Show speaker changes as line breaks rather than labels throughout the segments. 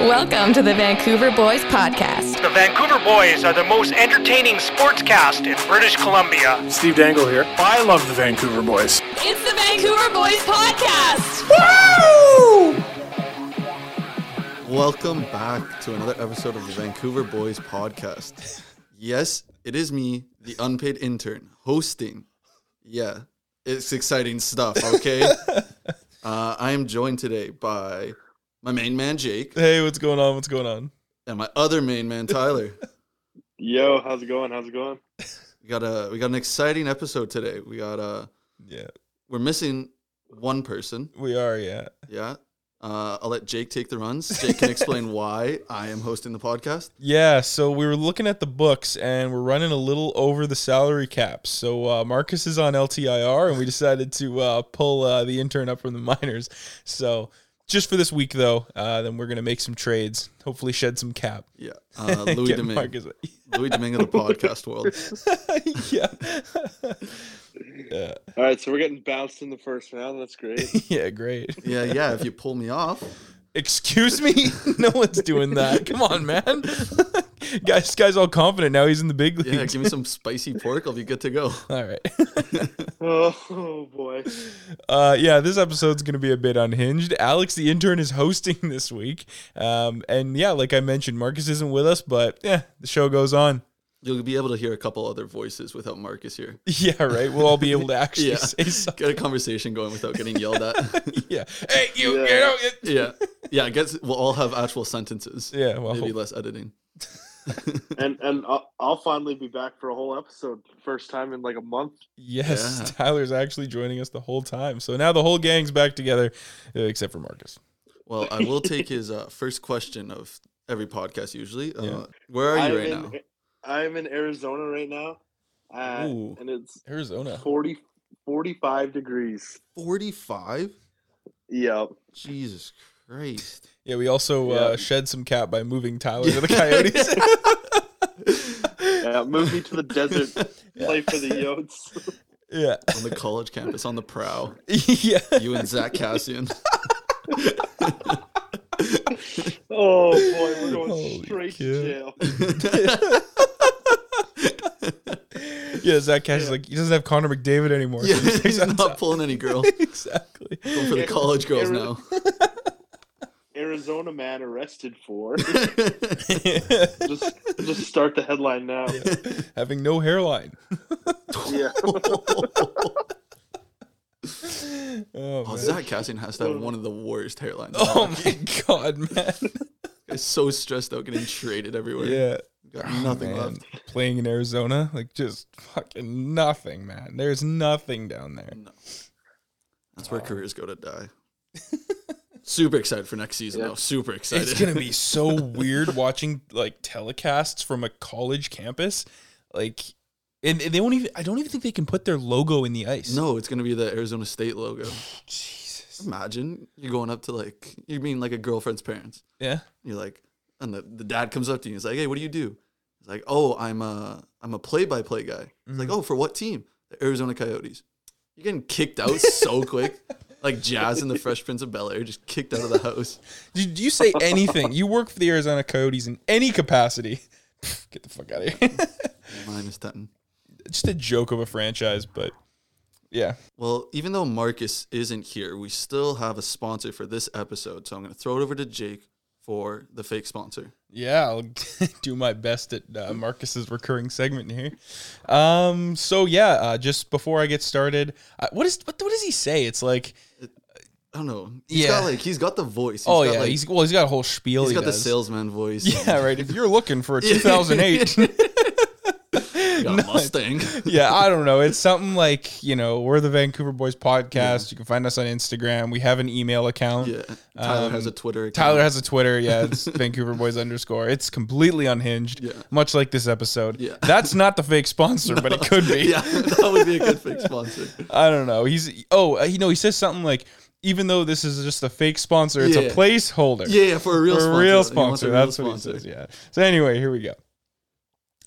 Welcome to the Vancouver Boys Podcast.
The Vancouver Boys are the most entertaining sportscast in British Columbia.
Steve Dangle here. I love the Vancouver boys.
It's the Vancouver Boys Podcast.
Welcome back to another episode of the Vancouver Boys podcast. Yes, it is me, the unpaid intern, hosting. Yeah, it's exciting stuff, okay? uh, I am joined today by my main man, Jake,
Hey, what's going on? What's going on?
and my other main man, Tyler.
Yo, how's it going? How's it going?
We got a we got an exciting episode today. We got uh
Yeah,
we're missing one person.
we are. Yeah,
Yeah. Uh, I'll let Jake take the runs. Jake can explain why I am hosting the podcast.
yeah. So we were looking at the books, and we're running a little over the salary cap. So uh, Marcus is on LTIR, and we decided to uh, pull uh, the intern up from the minors. So just for this week, though, uh, then we're gonna make some trades. Hopefully, shed some cap.
Yeah. Uh, Louis
Get
Domingue.
Marcus-
Louis Domingue of the podcast world.
yeah. yeah.
All right, so we're getting bounced in the first round. That's great.
Yeah. Great.
Yeah, yeah. If you pull me off,
Excuse me? No one's doing that. Come on, man. guys, this guy's all confident now. He's in the big leagues.
yeah, give me some spicy pork. I'll be good to go.
All right.
oh, boy.
Uh, yeah, this episode's going to be a bit unhinged. Alex, the intern, is hosting this week. Um, and yeah, like I mentioned, Marcus isn't with us, but yeah, the show goes on.
You'll be able to hear a couple other voices without Marcus here.
Yeah, right. We'll all be able to actually
Yeah,
say something.
get a conversation going without getting yelled at.
Yeah. Hey, you,
Yeah.
you know. It.
yeah, yeah. I guess we'll all have actual sentences.
Yeah, well,
maybe less editing.
And and I'll, I'll finally be back for a whole episode. First time in like a month.
yes,
Yeah.
Tyler's actually joining us the whole time. So now the whole gang's back together, uh, except for Marcus.
Well, I will take his uh, first question of every podcast. Usually, uh,
Yeah.
where are you
I'm
right
in,
now?
I'm in Arizona right now. Uh,
Ooh.
and it's
Arizona.
40, 45 degrees.
Forty-five.
Yep.
Jesus Christ.
Yeah, we also uh,
Yeah.
shed some cap by moving Tyler to the Coyotes.
Yeah, move me to the desert. Play for the Yotes.
yeah.
on the college campus on the prow.
yeah.
You and Zach Cassian.
oh, boy. We're going
Holy
straight
cow.
to jail.
Yeah, Zach Cash is like, he doesn't have Connor McDavid anymore. so
Yeah,
he takes
he's
out
not pulling any girl.
Zach. exactly.
Going for the
Yeah,
college girls
yeah,
now.
Arizona man arrested for.
Yeah.
just, just start the headline now.
Having no hairline.
yeah.
Oh,
Oh,
man.
Zach Cassian has to have one of the worst hairlines.
Oh, my God, man.
He's so stressed out getting traded everywhere.
yeah.
Got
Oh,
nothing
man.
left.
Playing in Arizona, like just fucking nothing, man. There's nothing down there.
That's where careers go to die. Super excited for next season,
Yeah.
though. Super excited.
It's gonna be so weird watching like telecasts from a college campus, like, and and they won't even. I don't even think they can put their logo in the ice.
No, it's gonna be the Arizona State logo.
Jesus.
Imagine you're going up to like you mean like a girlfriend's parents.
Yeah.
You're like, and the, the dad comes up to you. He's like, "Hey, what do you do?" He's like, "Oh, I'm a I'm a play-by-play guy." He's
Mm-hmm.
like, "Oh, for what team?" The Arizona Coyotes. You're getting kicked out so quick, like Jazz and the Fresh Prince of Bel Air, just kicked out of the house.
Did you say anything? you work for the Arizona Coyotes in any capacity? Get the fuck out of here.
Minus ten.
Just a joke of a franchise, but yeah.
Well, even though Marcus isn't here, we still have a sponsor for this episode. So I'm going to throw it over to Jake for the fake sponsor.
Yeah, I'll do my best at uh, Marcus's recurring segment here. Um, so yeah, uh, just before I get started, uh, what is what, what does he say? It's like,
I don't know. He's
Yeah.
got like he's got the voice. He's
oh
got,
yeah,
like-
he's well, he's got a whole spiel.
he's
he
got the
does.
salesman voice.
Yeah, right. If you're looking for a 2008,
He's got a Mustang.
yeah, I don't know. It's something like you know, we're the Vancouver Boys podcast. You can find us on Instagram. We have an email account.
yeah. Tyler
Um,
has a Twitter. Account.
Tyler has a Twitter. Yeah, it's Vancouver Boys underscore. It's completely unhinged,
Yeah.
much like this episode.
Yeah.
That's not the fake sponsor, but it could be.
Yeah, that would be a good fake sponsor.
I don't know. He's oh, uh, you know, he says something like, even though this is just a fake sponsor, it's
Yeah.
a placeholder.
Yeah, yeah, for a real
For
sponsor.
a real
He wants
sponsor.
a real
That's what he
sponsor.
says. Yeah. So anyway, here we go.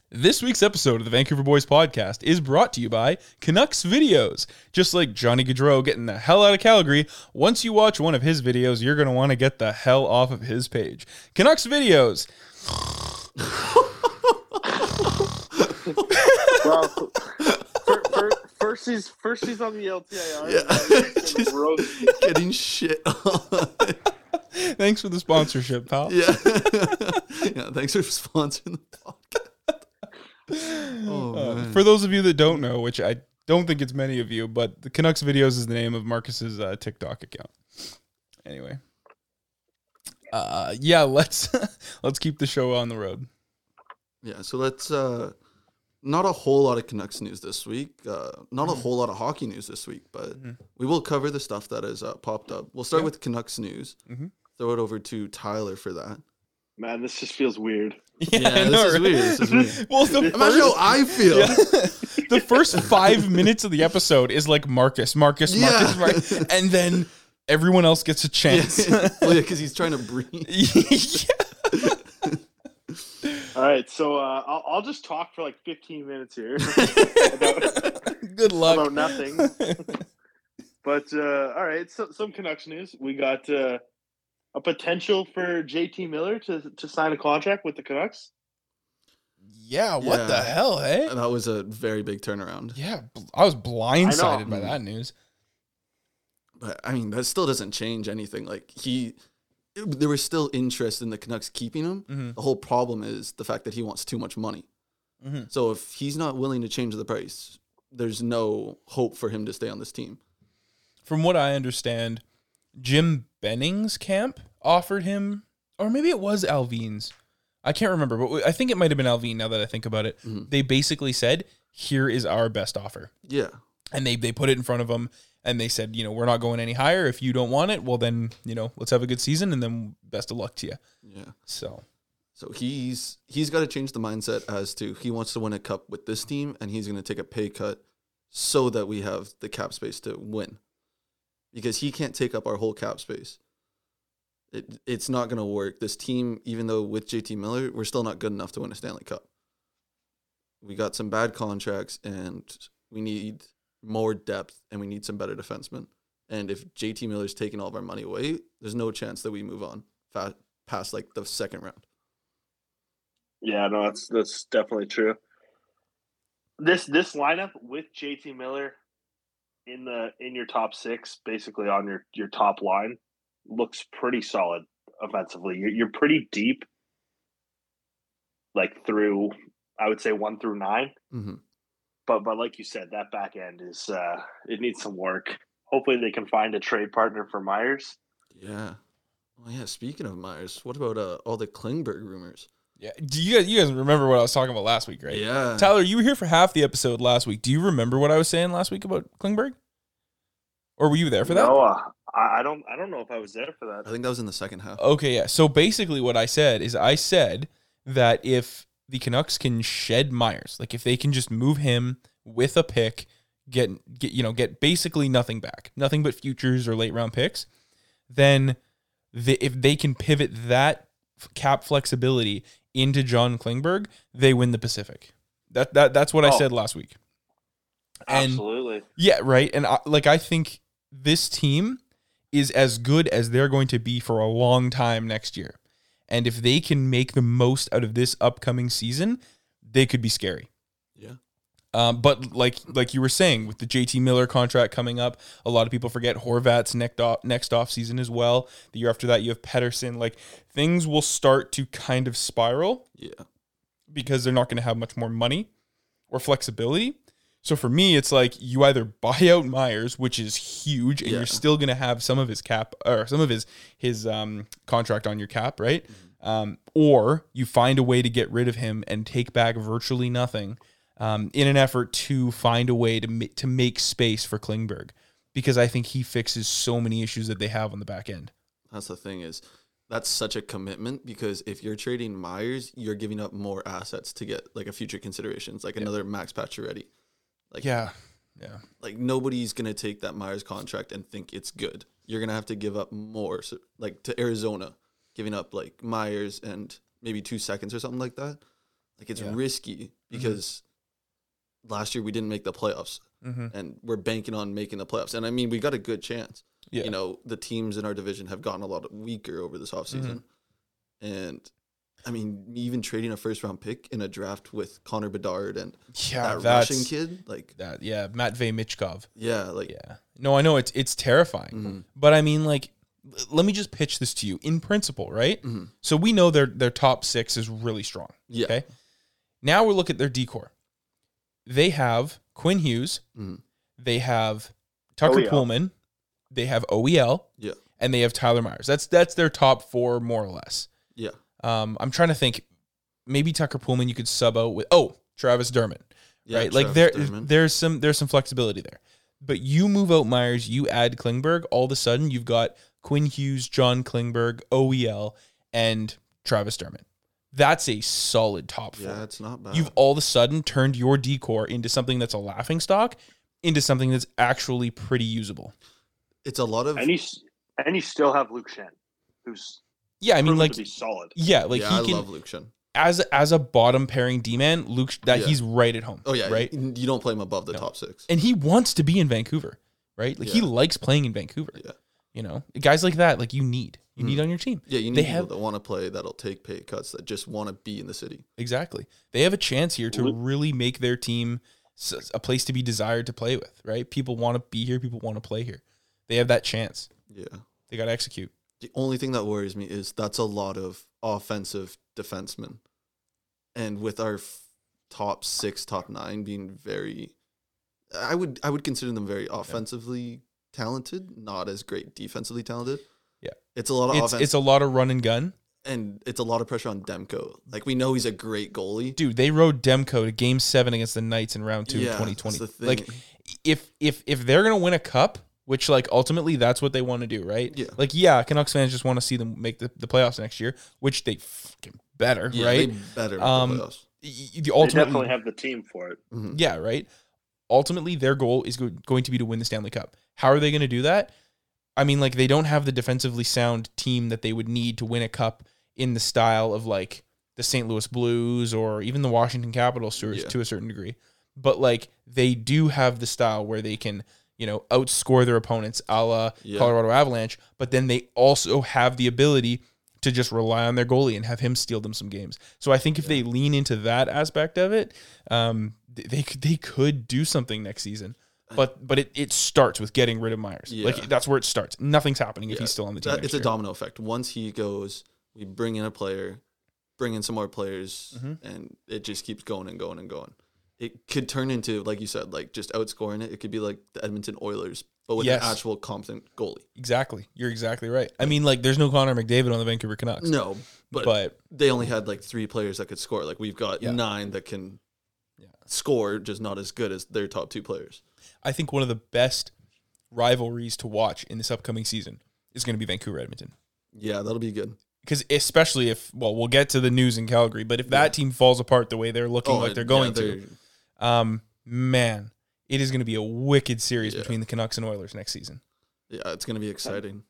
This week's episode of the Vancouver Boys Podcast is brought to you by Canucks Videos. Just like Johnny Gaudreau getting the hell out of Calgary, once you watch one of his videos, you're going to want to get the hell off of his page. Canucks Videos.
Well, fir- fir- first he's first he's on the LTIR.
Yeah.
Road-
Getting shit on.
Thanks for the sponsorship, pal.
Yeah. yeah. Thanks for sponsoring the podcast. Oh, man.
Um, For those of you that don't know, which I don't think it's many of you, but the Canucks videos is the name of Marcus's uh, TikTok account. Anyway, uh, yeah, let's let's keep the show on the road.
Yeah, so that's uh, not a whole lot of Canucks news this week. Uh, not a whole lot of hockey news this week, but we will cover the stuff that has uh, popped up. We'll start with Canucks news.
Mhm.
Throw it over to Tyler for that.
Man, this just feels weird.
Yeah, I
this
know,
is
right?
weird, this is weird.
well, the
Imagine how
first,
I feel.
yeah. the first five minutes of the episode is like Marcus, Marcus, Marcus,
Yeah.
Marcus, and then everyone else gets a chance.
Yeah. well, yeah, because he's trying to breathe.
Yeah.
All right, so uh, I'll, I'll just talk for like 15 minutes here
Good luck.
about nothing. But uh, all right, so, some Canucks news. We got uh, a potential for JT Miller to, to sign a contract with the Canucks.
yeah, what the
Yeah.
hell, hey?
That was a very big turnaround.
Yeah, bl- I was blindsided by that news.
But I mean, that still doesn't change anything. Like he, there was still interest in the Canucks keeping him.
Mhm.
The whole problem is the fact that he wants too much money.
Mhm.
So if he's not willing to change the price, there's no hope for him to stay on this team.
from what I understand, Jim Benning's camp offered him, or maybe it was Alvin's. I can't remember, but I think it might have been Alvin now that I think about it.
Mhm.
They basically said, here is our best offer.
Yeah,
And they, they put it in front of him and they said, you know, we're not going any higher. If you don't want it, well, then, you know, let's have a good season and then best of luck to you.
yeah.
So,
So he's he's got to change the mindset as to he wants to win a cup with this team, and he's going to take a pay cut so that we have the cap space to win, because he can't take up our whole cap space. It it's not going to work. This team, even though with JT Miller, we're still not good enough to win a Stanley Cup. We got some bad contracts, and we need more depth, and we need some better defensemen. And if JT Miller's taking all of our money away, there's no chance that we move on fa- past like the second round.
Yeah, no, that's that's definitely true. This this lineup with JT Miller in the in your top six, basically on your your top line, looks pretty solid offensively. You're, you're pretty deep, like through I would say one through nine.
hmm
But but like you said, that back end is uh it needs some work. Hopefully, they can find a trade partner for Myers.
Yeah. Well, yeah. Speaking of Myers, what about uh, all the Klingberg rumors?
yeah. Do you guys, you guys remember what I was talking about last week, right?
Yeah.
Tyler, you were here for half the episode last week. Do you remember what I was saying last week about Klingberg? Or were you there for that?
No, uh, I, I don't I don't know if I was there for that.
I think that was in the second half.
Okay, yeah. So basically, what I said is I said that if the Canucks can shed Myers, like if they can just move him with a pick, get get you know get basically nothing back, nothing but futures or late round picks, then the, if they can pivot that f- cap flexibility into John Klingberg, they win the Pacific. That that that's what I
Oh.
said last week. And-
Absolutely.
Yeah, right. And I, like I think this team is as good as they're going to be for a long time next year. And if they can make the most out of this upcoming season, they could be scary.
Yeah.
Um, but like like you were saying, with the JT Miller contract coming up, a lot of people forget Horvat's next off next off season as well. The year after that, you have Pedersen. Like things will start to kind of spiral
Yeah.
because they're not going to have much more money or flexibility. So for me, it's like you either buy out Myers, which is huge, and
Yeah.
you're still going to have some of his cap or some of his his um, contract on your cap, right?
Mm-hmm.
Um, or you find a way to get rid of him and take back virtually nothing um, in an effort to find a way to ma- to make space for Klingberg, because I think he fixes so many issues that they have on the back end.
That's the thing is, that's such a commitment because if you're trading Myers, you're giving up more assets to get like a future considerations, like another Max Pacioretty. Like
Yeah, yeah.
Like nobody's gonna take that Myers contract and think it's good. You're gonna have to give up more, so, like to Arizona, giving up like Myers and maybe two seconds or something like that. Like it's
Yeah.
risky because last year we didn't make the playoffs
Mm-hmm.
and we're banking on making the playoffs. And I mean, we got a good chance.
Yeah.
You know, the teams in our division have gotten a lot weaker over this offseason.
Mm-hmm.
And I mean, even trading a first round pick in a draft with Connor Bedard and
Yeah,
that
that's
Russian kid, like,
that. Yeah, Matvey Michkov.
yeah, like,
Yeah. No, I know it's it's terrifying.
Mhm.
But I mean like l- let me just pitch this to you in principle, right?
Mhm.
So we know their their top 6 is really strong.
yeah.
Okay. Now we look at their decor. They have Quinn Hughes,
Mhm.
they have Tucker
OEL.
Pullman, they have OEL,
Yeah.
and they have Tyler Myers. That's that's their top 4 more or less.
Yeah.
Um I'm trying to think maybe Tucker Pullman you could sub out with oh, Travis Dermott
yeah
right? Like there,
Travis Dermott.
there's some there's some flexibility there. But you move out Myers, you add Klingberg, all of a sudden you've got Quinn Hughes, John Klingberg, OEL, and Travis Dermott. That's a solid top four.
Yeah, uh, it's not bad.
You've all of a sudden turned your decor into something that's a laughing stock, into something that's actually pretty usable.
it's a lot of.
And you s- and you still have Luke Shen, who's
Yeah, I mean,
proven
like,
to be solid.
yeah, like
yeah,
he
I
can
love Luke Shen.
as as a bottom pairing D man, Luke that
Yeah.
he's right at home.
Oh yeah,
right.
right. You don't play him above the
No.
top six.
and he wants to be in Vancouver, right? Like he
Yeah.
likes playing in Vancouver.
Yeah. Hmm.
You know, guys like that, like you need, you need on your team.
Yeah, you need
They
people
have-
that want to play, that'll take pay cuts, that just want to be in the city.
Exactly. They have a chance here to
Lu-
really make their team s- a place to be desired to play with, right? People want to be here. People want to play here. They have that chance.
Yeah.
They got to execute.
The only thing that worries me is that's a lot of offensive defensemen, and with our f- top six, top nine being very, I would I would consider them very offensively talented, not as great defensively talented.
Yeah.
it's a lot of
It's,
offense,
it's a lot of run and gun.
and it's a lot of pressure on Demko. Like we know he's a great goalie.
Dude, they rode Demko to game seven against the Knights in round two
Yeah,
of
that's
2020.
the thing.
Like if, if, if they're going to win a cup, which like ultimately that's what they want to do, right?
Yeah.
Like, yeah, Canucks fans just want to see them make the, the playoffs next year, which they fucking better,
yeah,
right?
they better make
Um,
the playoffs.
y- y- the
They
ultimately,
definitely have the team for it.
Mhm.
Mm-hmm. yeah, right. Ultimately, their goal is go- going to be to win the Stanley Cup. How are they going to do that? I mean, like they don't have the defensively sound team that they would need to win a cup in the style of like the St. Louis Blues or even the Washington Capitals to, a-
Yeah.
to a certain degree. But like they do have the style where they can, you know, outscore their opponents, a la
Yeah.
Colorado Avalanche. But then they also have the ability to just rely on their goalie and have him steal them some games. So I think if they lean into that aspect of it, um, th- they could they could do something next season. But but it, it starts with getting rid of Myers.
Yeah.
Like that's where it starts. Nothing's happening if
Yeah,
he's still on the team.
that-
next
it's a
year.
domino effect. Once he goes, we bring in a player, bring in some more players,
Mhm.
and it just keeps going and going and going. It could turn into, like you said, like just outscoring it. It could be like the Edmonton Oilers, but with
Yes.
an actual competent goalie.
Exactly. You're exactly right. I mean, like there's no Connor McDavid on the Vancouver Canucks.
No,
but,
but, they only had like three players that could score. Like we've got
Yeah.
nine that can
Yeah.
score, just not as good as their top two players.
I think one of the best rivalries to watch in this upcoming season is going to be Vancouver Edmonton.
Yeah, that'll be good.
Because especially if well, we'll get to the news in Calgary, but if that team falls apart the way they're looking Oh, like they're
Oh, yeah,
going to,
they're-
um, man, it is going to be a wicked series
Yeah.
between the Canucks and Oilers next season.
Yeah, it's gonna be exciting.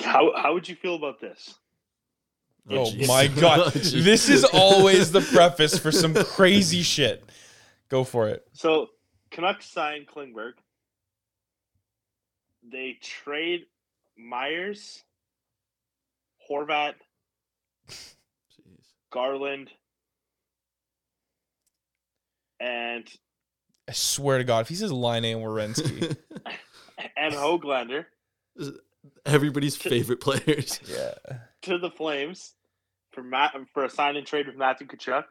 How how would you feel about this?
Oh
jeez.
my god,
Oh, jeez.
this is always the preface for some crazy shit. Go for it.
So Canucks sign Klingberg. They trade Myers, Horvat,
Jeez.
Garland, and
I swear to God, if he says Line A and Werenski,
and Hoglander
Everybody's favorite players.
yeah.
to the Flames for Matt for a sign and trade with Matthew Kachuk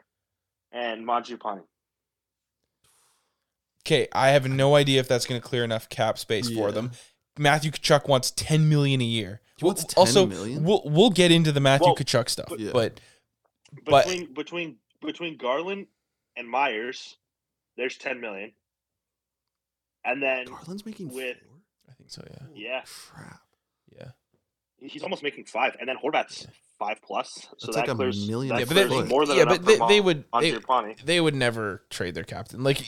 and Mangiapane.
Okay, I have no idea if that's going to clear enough cap space for
Yeah.
them. Matthew Kachuk wants ten million a year.
He wants
We'll-
10
also,
million?
we'll we'll get into the Matthew
Well,
Kachuk stuff,
but-
Yeah.
but But-
Between between between Garland and Myers, there's ten million. And then
Garland's making
with-
four.
I think so. Yeah,
yeah,
Crap.
yeah,
he's almost making five, and then Horvat's five plus.
That's
So that
like a
clears
million
that
yeah. But
clearly
they-
clears more than
yeah,
enough
but
for
they,
Ma-
they would they,
Mangiapane.
they would never trade their captain. Like,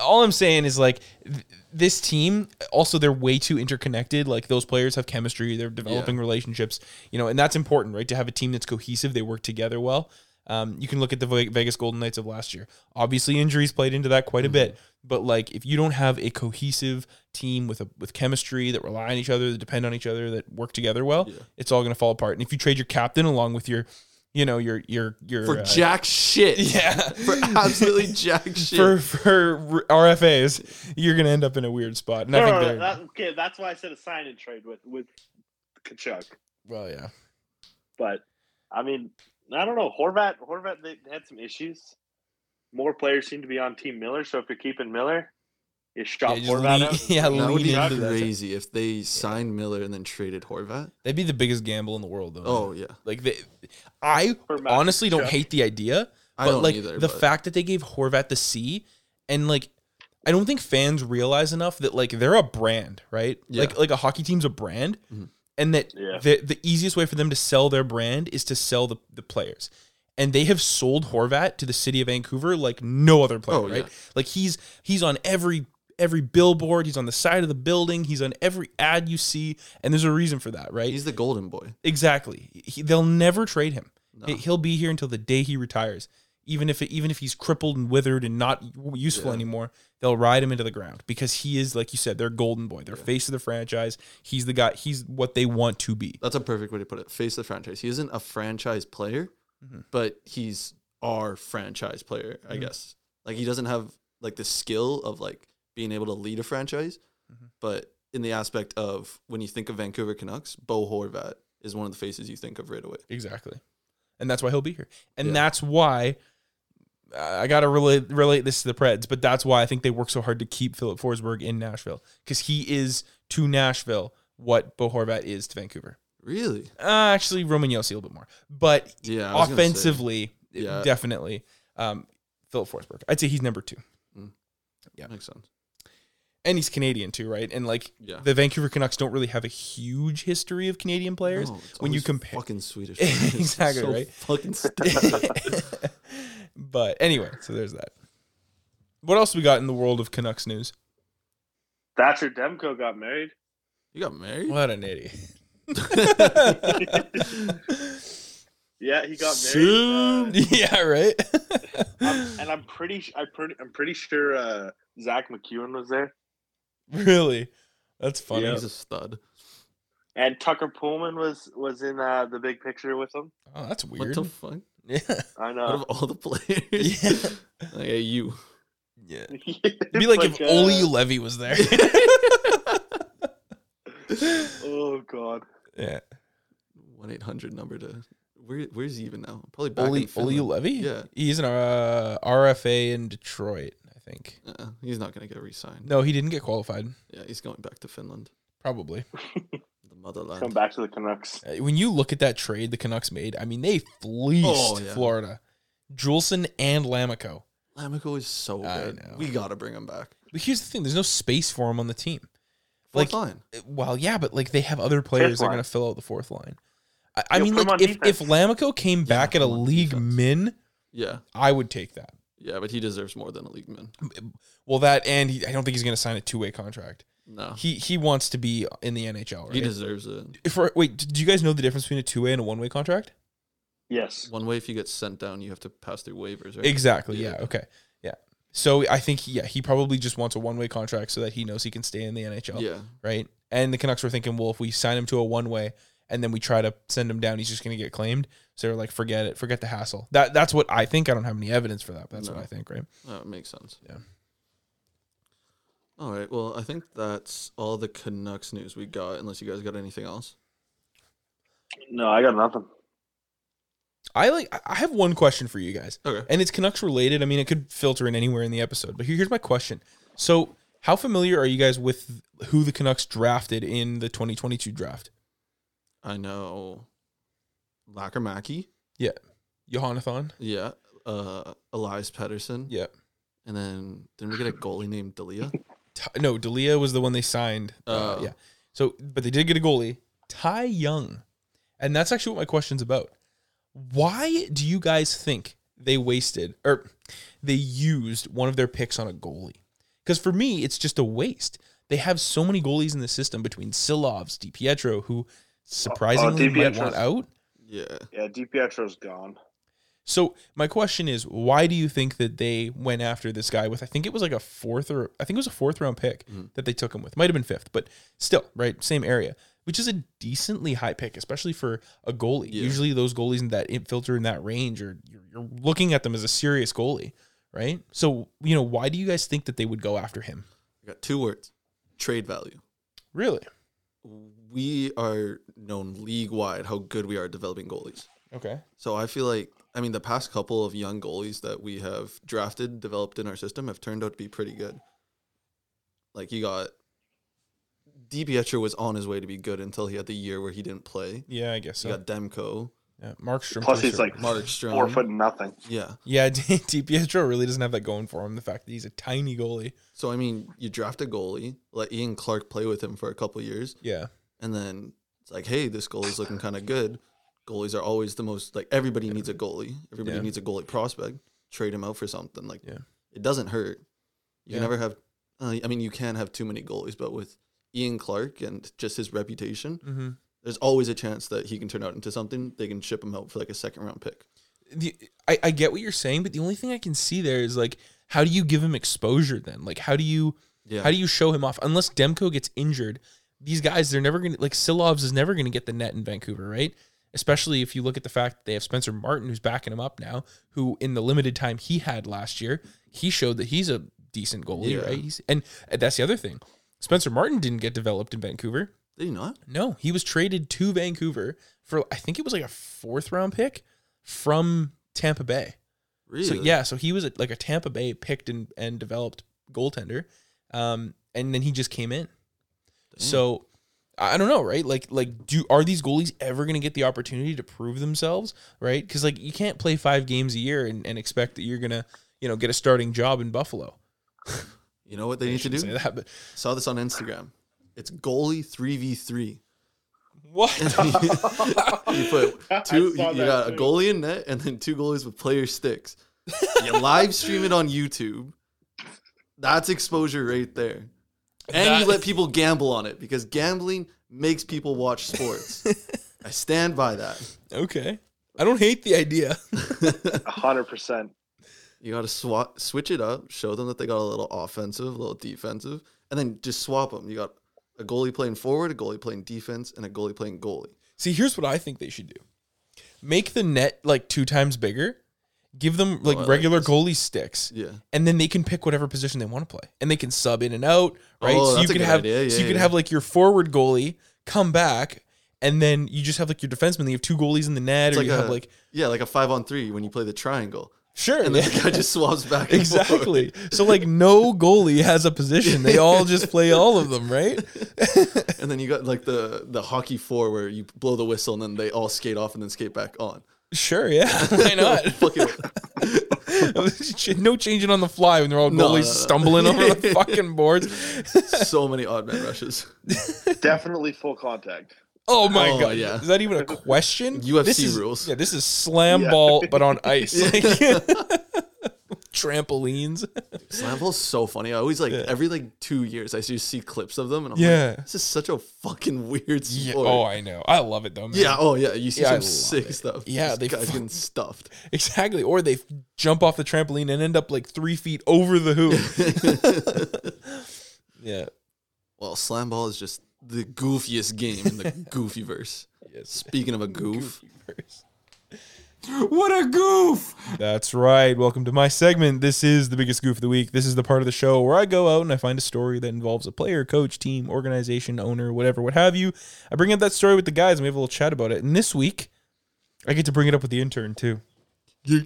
all I'm saying is like th- this team. Also, they're way too interconnected. Like those players have chemistry. They're developing relationships. You know, and that's important, right? To have a team that's cohesive. They work together well. Um, you can look at the Ve- Vegas Golden Knights of last year. Obviously, injuries played into that quite a bit.
Mm-hmm.
But like, if you don't have a cohesive team with a with chemistry that rely on each other, that depend on each other, that work together well,
Yeah.
it's all going to fall apart. And if you trade your captain along with your, you know, your your your
for
uh,
jack shit.
yeah,
For absolutely jack shit.
for for RFAs, you're going to end up in a weird spot. And I
No,
think
no, no,
they're-
that- okay, that's why I said a sign and trade with with Kachuk.
well, yeah.
But I mean, I don't know. Horvat, Horvat, they had some issues. More players seem to be on Team Miller, so if you're keeping Miller, you
Yeah,
shop
just
Horvat
lean-
out.
yeah,
that would
lean
be
into that.
crazy if they signed Miller and then traded Horvat.
That'd be the biggest gamble in the world, though.
Oh yeah,
Like they, I
Horvat and
honestly don't
Kachuk.
hate the idea,
I
but
don't
like
either.
the
but
fact that they gave Horvat the C, and like I don't think fans realize enough that like they're a brand, right?
Yeah.
Like like a hockey team's a brand,
Mhm.
and that
Yeah.
the the easiest way for them to sell their brand is to sell the the players. And they have sold Horvat to the city of Vancouver like no other player,
Oh, yeah.
right? Like he's he's on every every billboard, he's on the side of the building, he's on every ad you see, and there's a reason for that, right?
he's the golden boy.
Exactly. He, they'll never trade him.
No.
He- He'll be here until the day he retires. Even if even if he's crippled and withered and not u- useful
Yeah.
anymore, they'll ride him into the ground because he is, like you said, their golden boy, their face of the franchise. He's the guy. He's what they want to be.
That's a perfect way to put it. Face the franchise. He isn't a franchise player,
Mhm.
but he's our franchise player, I
Mhm.
guess. Like he doesn't have like the skill of like being able to lead a franchise,
Mhm.
but in the aspect of when you think of Vancouver Canucks, Bo Horvat is one of the faces you think of right away.
Exactly, and that's why he'll be here. And
Yeah.
that's why uh, I got to relate relate this to the Preds. But that's why I think they work so hard to keep Philip Forsberg in Nashville because he is to Nashville what Bo Horvat is to Vancouver.
Really?
Uh, actually, Roman Yossi a little bit more, but
Yeah. I was gonna say.
offensively,
Yeah.
definitely. Um, Philip Forsberg. I'd say he's number two,
makes sense.
and he's Canadian too, right? And like
Yeah.
the Vancouver Canucks don't really have a huge history of Canadian players.
No, it's
when you
always
compare-
fucking Swedish,
Exactly,
So
right?
Fucking stupid.
but anyway, so there's that. What else we got in the world of Canucks news?
Thatcher Demko got married.
you got married?
What an idiot!
Yeah, he got uh,
Soon,
married. uh,
yeah, right.
I'm- and I'm pretty, su- I pretty, I'm pretty sure uh, Zach McEwen was there,
really, that's funny.
He's a stud.
and Tucker Pullman was was in uh, the big picture with him.
Oh, that's
What
weird.
the fuck?
yeah,
I
Out of
know.
all the players,
yeah,
like, hey, you.
yeah.
It'd
It'd be like,
uh,
if Oli Levy was there.
Oh God.
yeah.
one eight hundred number to where? Where's he even now? Probably back
Oli,
in Finland.
Oli Levy?
Yeah.
He's an uh, RFA in Detroit, I think.
Uh, he's not gonna get re-signed.
No, he didn't get qualified,
Yeah, he's going back to Finland,
probably.
the motherland.
Come back to the Canucks.
Uh, When you look at that trade the Canucks made, I mean, they fleeced
Oh, yeah.
Florida. Juleson and Lamico.
Lamico is so good.
I know.
We gotta bring him back.
But here's the thing there's no space for him on the team.
Fourth
Like-
line.
Uh, Well, yeah, but like they have other players that are
line.
going to fill out the fourth line. I, I
Yeah,
mean,
put him
like
on
if, if
defense.
Lamico came back
put
at a
him on
league
defense.
min,
Yeah,
I would take that.
yeah, but he deserves more than a league man.
Well, that and he, I don't think he's going to sign a two way contract.
No,
He he wants to be in the NHL. Right?
Oh. he deserves it.
If we're- wait, d- do you guys know the difference between a two way and a one way contract?
Yes.
One way, if you get sent down, you have to pass through waivers, right?
Exactly. Yeah.
Yeah.
Okay. Yeah. So I think yeah he probably just wants a one way contract so that he knows he can stay in the NHL.
Yeah,
Right. And the Canucks were thinking, well, if we sign him to a one way and then we try to send him down, he's just going to get claimed. So they're like, forget it, forget the hassle. That that's what I think. I don't have any evidence for that, but that's
No.
what I think. Right.
that makes sense.
Yeah.
All right. Well, I think that's all the Canucks news we got. Unless you guys got anything else.
No, I got nothing.
I like. I- I have one question for you guys.
Okay.
and it's Canucks related. I mean, it could filter in anywhere in the episode. But here- here's my question: So, how familiar are you guys with who the Canucks drafted in the 2022 draft?
I know. Lackermaki.
Johannathon.
Yeah. Uh, Elias Pettersson.
Yeah.
And then didn't we get a goalie named Dalia?
Ty- no, Dalia was the one they signed. Uh,
Oh.
yeah. So, but they did get a goalie, Ty Young, and that's actually what my question's about. Why do you guys think they wasted or they used one of their picks on a goalie? Because for me, it's just a waste. They have so mmany goalies in the system between Silovs, DiPietro, who surprisingly might
DiPietro's-
want out.
yeah.
Yeah, DiPietro's gone.
So my question is, why do you think that they went after this guy with? I think it was like a fourth or I think it was a fourth round pick that they took him with. Might have been fifth, but still, right, same area, which is a decently high pick, especially for a goalie.
Yeah.
Usually those goalies in that in- filter in that range, are you're, you're looking at them as a serious goalie, right? So you know, why do you guys think that they would go after him?
I got two words: trade value.
Really?
We are known league wide how good we are at developing goalies.
Okay.
So I feel like I mean the past couple of young goalies that we have drafted, developed in our system have turned out to be pretty good. Like you got DiPietro was on his way to be good until he had the year where he didn't play.
Yeah, I guess
you
so.
got Demko,
Yeah, Markstrom.
Plus,
for
he's
sure.
like
Markstrom.
four foot nothing.
Yeah.
Yeah, Di Pietro really doesn't have that going for him. The fact that he's a tiny goalie.
So I mean, you draft a goalie, let Ian Clark play with him for a couple years,
Yeah.
and then it's like, hey, this goalie's looking kind of good. Goalies are always the most like everybody needs a goalie. Everybody
Yeah.
needs a goalie prospect. Trade him out for something like
Yeah.
it doesn't hurt. You
Yeah.
can never have. Uh, I mean, you can have too many goalies, but with Ian Clark and just his reputation,
Mm-hmm.
there's always a chance that he can turn out into something. They can ship him out for like a second round pick.
The, I, I get what you're saying, but the only thing I can see there is like, how do you give him exposure then? Like, how do you
Yeah,
how do you show him off? Unless Demko gets injured, these guys they're never gonna like Silovs is never gonna get the net in Vancouver, right? Especially if you look at the fact that they have Spencer Martin who's backing him up now, who in the limited time he had last year, he showed that he's a decent goalie,
Yeah.
right? He's, and that's the other thing. Spencer Martin didn't get developed in Vancouver.
Did he not?
No, he was traded to Vancouver for I think it was like a fourth round pick from Tampa Bay.
Really?
So yeah, so he was a, like a Tampa Bay picked and, and developed goaltender, um, and then he just came in. So I I don't know, right? Like like do are these goalies ever going to get the opportunity to prove themselves, right? Because like you can't play five games a year and, and expect that you're gonna you know get a starting job in Buffalo.
you know what they
I
need to do?
shouldn't Say that, but
Saw this on Instagram. It's goalie three v three.
what?
You put two. You
saw that
got a
too.
goalie in net, and then two goalies with player sticks. You live stream it on YouTube. That's exposure right there. And
That-
you let people gamble on it because gambling makes people watch sports. I stand by that.
okay, I don't hate the idea.
A hundred percent.
You got to swap, switch it up, show them that they got a little offensive, a little defensive, and then just swap them. You got a goalie playing forward, a goalie playing defense, and a goalie playing goalie.
See, here's what I think they should do: make the net like two times bigger, give them like
I like
regular
this.
goalie sticks,
Yeah.
and then they can pick whatever position they want to play, and they can sub in and out, right?
Oh,
so you
that's a
could
good
have,
idea.
so
Yeah,
you could
yeah.
have like your forward goalie come back, and then you just have like your defenseman. You have two goalies in the net,
It's
or
like
you
a
have like
yeah, like a five on three when you play the triangle,
sure,
and then the guy just swaps back. and forth.
exactly. So like no goalie has a position; they all just play all of them, right?
And then you got like the the hockey four where you blow the whistle and then they all skate off and then skate back on.
Sure, yeah, why not?
Fucking
no changing on the fly when they're all goalies
No, no, no.
stumbling over the fucking boards.
so many odd man rushes.
Definitely full contact.
Oh my
Oh,
god!
yeah.
Is that even a question?
UFC
This is-
rules.
Yeah, this is slam
Yeah.
ball, but on ice. Like, trampolines.
Slam ball's so funny. I always like every like two years I just see clips of them and I'm
Yeah.
like, this is such a fucking weird
Yeah,
sport.
oh, I know. I love it though. Man.
yeah, oh yeah. You see
Yeah, I
some
love
sick
it.
stuff.
Yeah,
This
they
guy's
fuck-
getting stuffed.
exactly. Or they f- jump off the trampoline and end up like three feet over the hoop. yeah.
Well, slam ball is just the goofiest game in the goofy verse.
Yes.
Speaking of a goof,
What a goof! That's right. Welcome to my segment. This is the biggest goof of the week. This is the part of the show where I go out and I find a story that involves a player, coach, team, organization, owner, whatever, what have you. I bring up that story with the guys and we have a little chat about it. And this week, I get to bring it up with the intern too.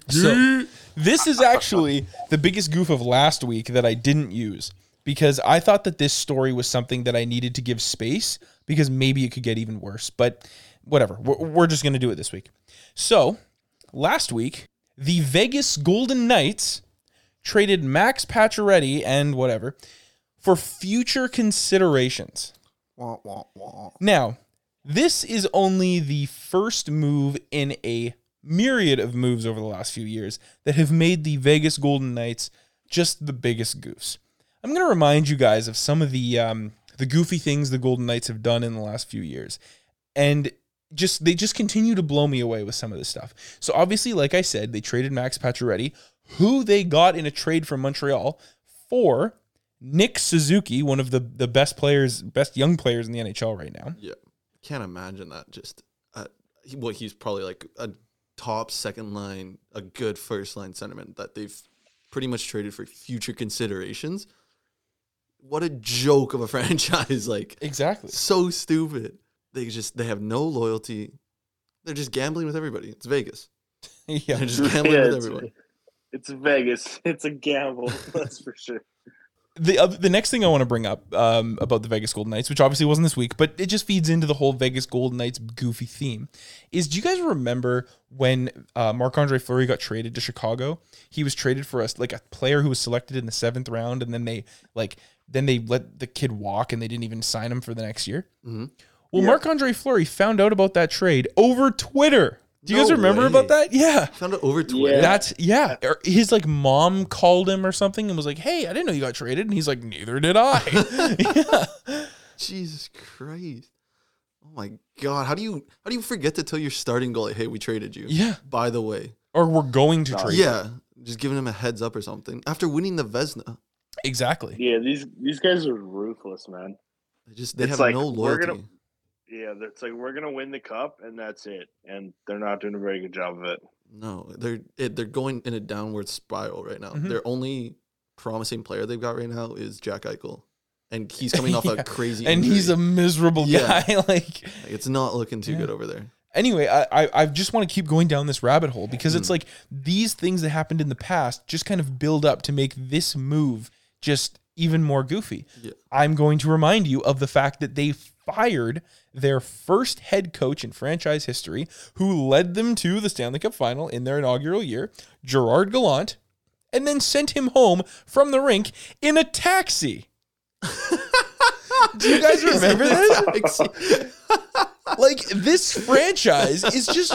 So, this is actually the biggest goof of last week that I didn't use because I thought that this story was something that I needed to give space because maybe it could get even worse. But whatever, we're, we're just going to do it this week. So, last week, the Vegas Golden Knights traded Max Pacioretty and whatever for future considerations. Now, this is only the first move in a myriad of moves over the last few years that have made the Vegas Golden Knights just the biggest goofs. I'm going to remind you guys of some of the um, the goofy things the Golden Knights have done in the last few years, and just they just continue to blow me away with some of this stuff. So obviously, like I said, they traded Max Pacioretty, who they got in a trade from Montreal for Nick Suzuki, one of the the best players, best young players in the NHL right now.
Yeah, can't imagine that. Just uh, he, well, he's probably like a top second line, a good first line sentiment that they've pretty much traded for future considerations. What a joke of a franchise! Like
Exactly.
so stupid. They just they have no loyalty. They're just gambling with everybody. It's Vegas. They're
Yeah.
just gambling
Yeah,
with
it's-
everyone.
It's Vegas. It's a gamble. That's for sure.
The other, the next thing I want to bring up um, about the Vegas Golden Knights, which obviously wasn't this week, but it just feeds into the whole Vegas Golden Knights goofy theme, is do you guys remember when uh, Marc Andre Fleury got traded to Chicago? He was traded for us like a player who was selected in the seventh round, and then they like then they let the kid walk, and they didn't even sign him for the next year.
Mhm.
Well,
Yeah.
Marc Andre Fleury found out about that trade over Twitter. Do you
No
guys remember
way.
about that? Yeah.
Found it over Twitter.
Yeah.
That's yeah. Or His like mom called him or something and was like, "Hey, I didn't know you got traded." And he's like, "Neither did I." yeah.
Jesus Christ. Oh my God. How do you how do you forget to tell your starting goalie, hey, we traded you?
Yeah.
By the way.
Or we're going to trade.
Yeah. Just giving him a heads up or something. After winning the Vesna,
Exactly.
Yeah, these these guys are ruthless, man.
they just they
It's
have
like,
no
we're
loyalty.
gonna- Yeah, it's like we're gonna win the cup and that's it. And they're not doing a very good job of it.
No, they're it, they're going in a downward spiral right now.
Mhm.
Their only promising player they've got right now is Jack Eichel, and he's coming off
Yeah.
a crazy
And he's a
injury.
miserable
Yeah.
guy. like
Like, it's not looking too
Yeah.
good over there.
anyway, I, I I just want to keep going down this rabbit hole because it's like these things that happened in the past just kind of build up to make this move just even more goofy.
Yeah.
I'm going to remind you of the fact that they fired their first head coach in franchise history, who led them to the Stanley Cup final in their inaugural year, Gerard Gallant, and then sent him home from the rink in a taxi. Do you guys remember this? Like this franchise is just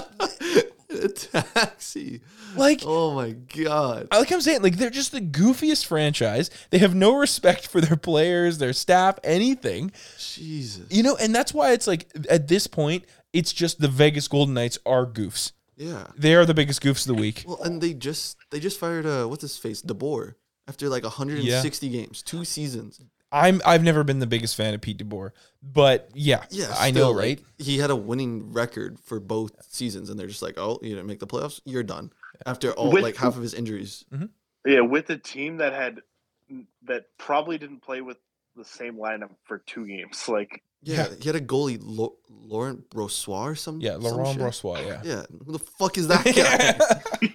a taxi.
like
Oh my god.
I- like I'm saying, like they're just the goofiest franchise. They have no respect for their players, their staff, anything.
Jesus.
You know, and that's why it's like at this point, it's just the Vegas Golden Knights are goofs.
Yeah.
They are the biggest goofs of the week.
Well, and they just they just fired uh what's his face DeBoer after like 160 games, two seasons.
I'm I've never been the biggest fan of Pete DeBoer, but yeah,
Yeah,
I
still,
know,
like,
right?
He had a winning record for both seasons, and they're just like, oh, you didn't make the playoffs, you're done. After all,
With-
like half of his injuries.
Yeah, with a team that had that probably didn't play with the same lineup for two games. Like
Yeah,
Yeah.
he had a goalie, Lo- Laurent Brossois or some.
Yeah,
some
Laurent
shit.
Brossois, yeah.
Yeah, who the fuck is that guy?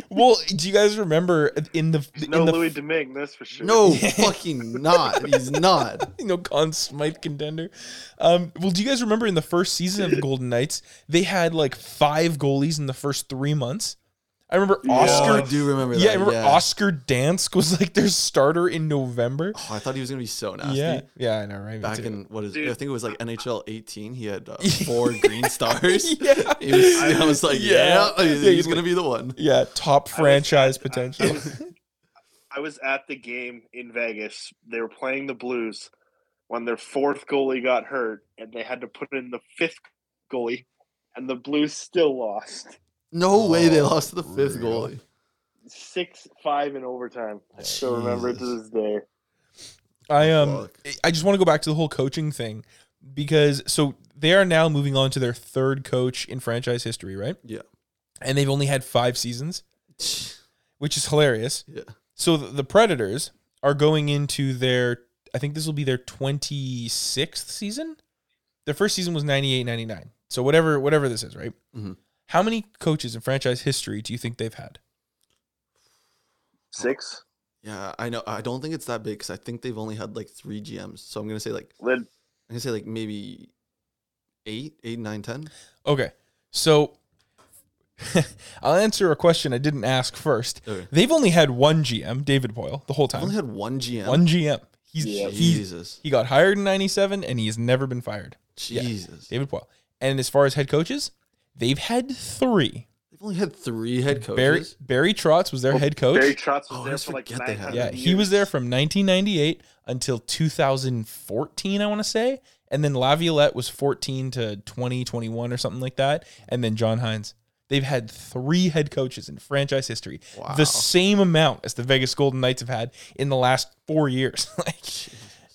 well, do you guys remember in the in
no
the
Louis Domingue, that's for sure.
no, fucking not. He's not.
you know, Conn Smythe contender. Um, well, do you guys remember in the first season of the Golden Knights, they had like five goalies in the first three months? I remember
Yeah.
Oh, I
Oscar.
do remember that.
Yeah, I remember
yeah.
Oscar Dansk was like their starter in November.
Oh, I thought he was gonna be so nasty.
Yeah, yeah, I know, right? Me
Back
too.
in what is?
Dude.
I think it was like NHL 18. He had uh, four green stars.
yeah,
He was- I was like,
Yeah.
yeah,
Yeah,
he's,
he's
he's gonna be the one.
yeah, top franchise potential.
I was, I was at the game in Vegas. They were playing the Blues when their fourth goalie got hurt, and they had to put in the fifth goalie, and the Blues still lost
No way they
Oh,
lost to the fifth
real.
goalie.
six five in overtime. I still remember it to
Jesus.
this day.
I um
Fuck.
I just want to go back to the whole coaching thing because so they are now moving on to their third coach in franchise history, right?
Yeah.
And they've only had 5 seasons, which is hilarious.
Yeah.
So th- the Predators are going into their I think this will be their 26th season. Their first season was 98-99. So whatever whatever this is, right?
Mhm.
How many coaches in franchise history do you think they've had?
Six.
Yeah, I know. I don't think it's that big because I think they've only had like three GMs. So I'm gonna say like
Then
I'm gonna say like maybe eight, eight, nine, ten.
Okay. So I'll answer a question I didn't ask first.
Okay.
They've only had one GM, David Boyle, the whole
I've
time.
only had one GM.
one GM. He's
Yeah.
he's
Jesus,
he got hired in 97 and he has never been fired. yeah.
Jesus.
David Boyle. And as far as head coaches, they've had 3.
They've only had three head coaches.
Barry Barry Trotz was their head coach.
Barry Trotz was
Oh, I
there
always
for like
forget they
nine
had
hundred.
yeah, he was there from 1998 until 2014, I want to say, And then Laviolette was 14 to 20, 21 or something like that. And then John Hines. They've had three head coaches in franchise history, the same amount as the Vegas Golden Knights have had in the last four years. like,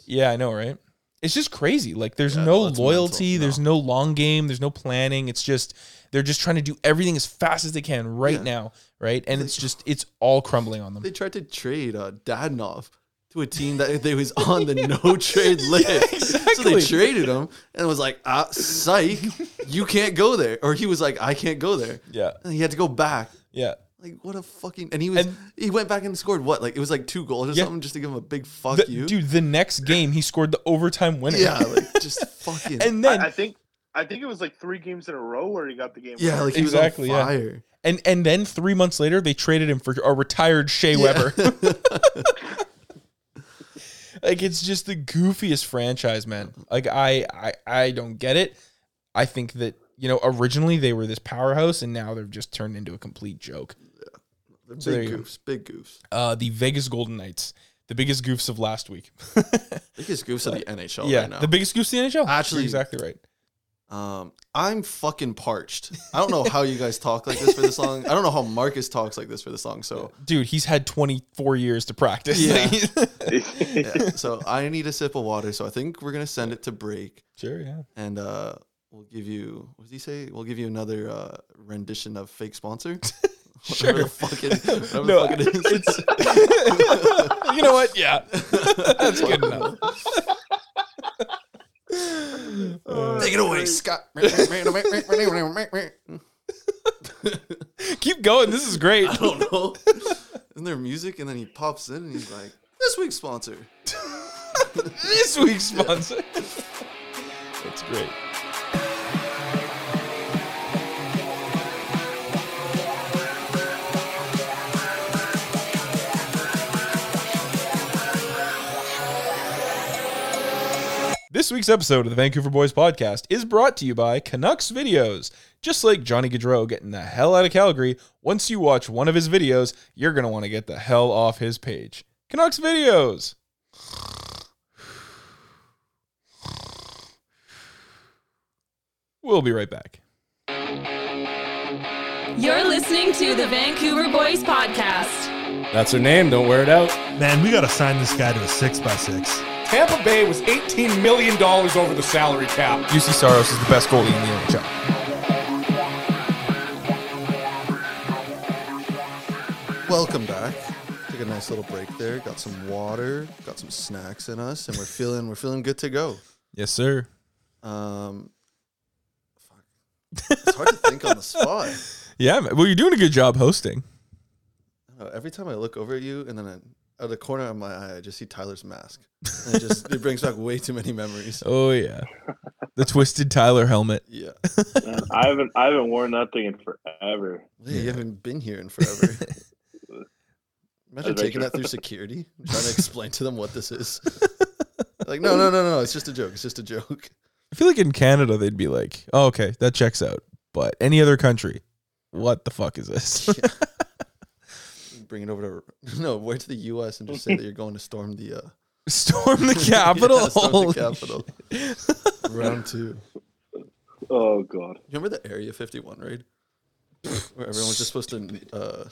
yeah, I know, right? It's just crazy. Like, there's
Yeah,
no
that's
loyalty,
mental.
there's no long game, there's no planning. It's just they're just trying to do everything as fast as they can right
Yeah.
now, right? And it's just it's all crumbling on them.
They tried to trade uh, Dadnov to a team that they was on the no trade list. So
exactly.
they traded him and was like, ah, psych, you can't go there. Or he was like, I can't go there.
Yeah,
And he had to go back.
yeah.
Like what a fucking and he was
And-
he went back and scored what like it was like two goals or
Yeah.
something just to give him a big fuck
The-
you
Dude, the next game he scored the overtime winner.
yeah like just fucking
and then
I, I think I think it was like three games in a row where he got the game.
yeah
winner.
like he
Exactly,
exactly
yeah.
was on fire
and and then three months later they traded him for a retired Shea Weber. like it's just the goofiest franchise, man. Like I I I don't get it. I think that you know originally they were this powerhouse and now they've just turned into a complete joke.
They're
So there
big
you go.
goofs big goofs
Uh, the Vegas Golden Knights, the biggest goofs of last week.
biggest goofs of the NHL
Uh, yeah,
right now
the biggest goofs in the NHL.
Oh, Actually-
You're exactly right.
Um, I'm fucking parched. I don't know how you guys talk like this for this long. I don't know how Marcus talks like this for this long. So,
Dude, he's had 24 years to practice.
Yeah. yeah. so I need a sip of water. So I think we're gonna send it to break,
sure, yeah.
and uh, we'll give you. What did he say? We'll give you another uh, rendition of fake sponsor.
Sure.
Whatever the fucking, whatever the
No,
fuck it is.
you know what? Yeah, that's good enough.
Take it away, Scott.
Keep going. This is great.
I don't know. Isn't there music? And then he pops in and he's like, "This week's sponsor."
This week's sponsor. that's great. This week's episode of the Vancouver Boys Podcast is brought to you by Canucks Videos. Just like Johnny Gaudreau getting the hell out of Calgary, once you watch one of his videos, you're going to want to get the hell off his page. Canucks Videos! We'll be right back.
You're listening to the Vancouver Boys Podcast.
That's her name. Don't wear it out.
Man, we got to sign this guy to a six by six.
Tampa Bay was $18 million over the salary cap.
UC Saros is the best goalie in the NHL.
Welcome back. Took a nice little break there. Got some water, got some snacks in us, and we're feeling we're feeling good to go.
Yes, sir.
Um, fuck. It's hard to think on the spot.
Yeah, man. well, you're doing a good job hosting.
I don't know, Uh, every time I look over at you, and then I, out of the corner of my eye, I just see Tyler's mask. And it just it brings back way too many memories.
Oh yeah, the twisted Tyler helmet.
Yeah.
Man, I haven't I haven't worn that thing in forever.
Hey, You haven't been here in forever. Imagine taking
Adventure.
that through security, trying to explain to them what this is. Like, no, no, no, no, it's just a joke. It's just a joke.
I feel like in Canada they'd be like, oh, "Okay, that checks out," but any other country, what the fuck is this?
bring it over to no where to the U.S. and just say that you're going to storm the uh,
storm the Capitol.
Yeah, storm the
Holy
Capitol. round two.
Oh god.
You remember the Area 51 raid where everyone was just supposed to uh,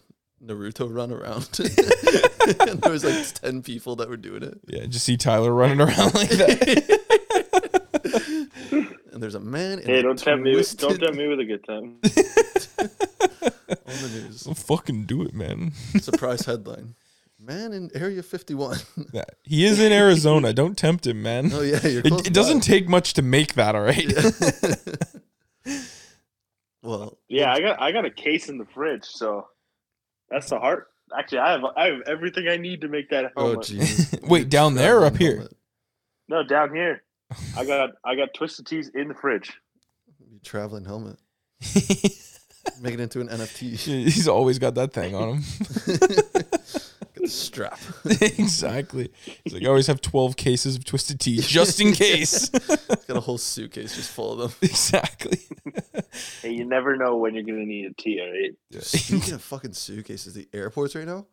Naruto run around, and there was like ten people that were doing it.
Yeah, just see Tyler running around like that.
And there's a man. In
Hey,
a
don't tempt me! with- Don't
twisted-
tempt me with a good time.
on the news.
fucking do it, man.
Surprise headline: Man in Area 51.
Yeah, he is in Arizona. Don't tempt him, man.
oh yeah, you're. close
it, it doesn't
by.
take much to make that, all right?
well,
Yeah, I got I got a case in the fridge, so that's the heart. Actually, I have I have everything I need to make that
oh
helmet.
jeez.
Wait, down there or up here?
Helmet.
No, down here, I got I got twisted teas in the fridge.
Your traveling helmet. Make it into an NFT.
He's always got that thing on him.
strap.
exactly. He's like, I always have 12 cases of twisted tea just in case.
Got a whole suitcase just full of them.
exactly.
Hey, you never know when you're gonna need a tea. All right?
Speaking of fucking suitcases, the airports right now,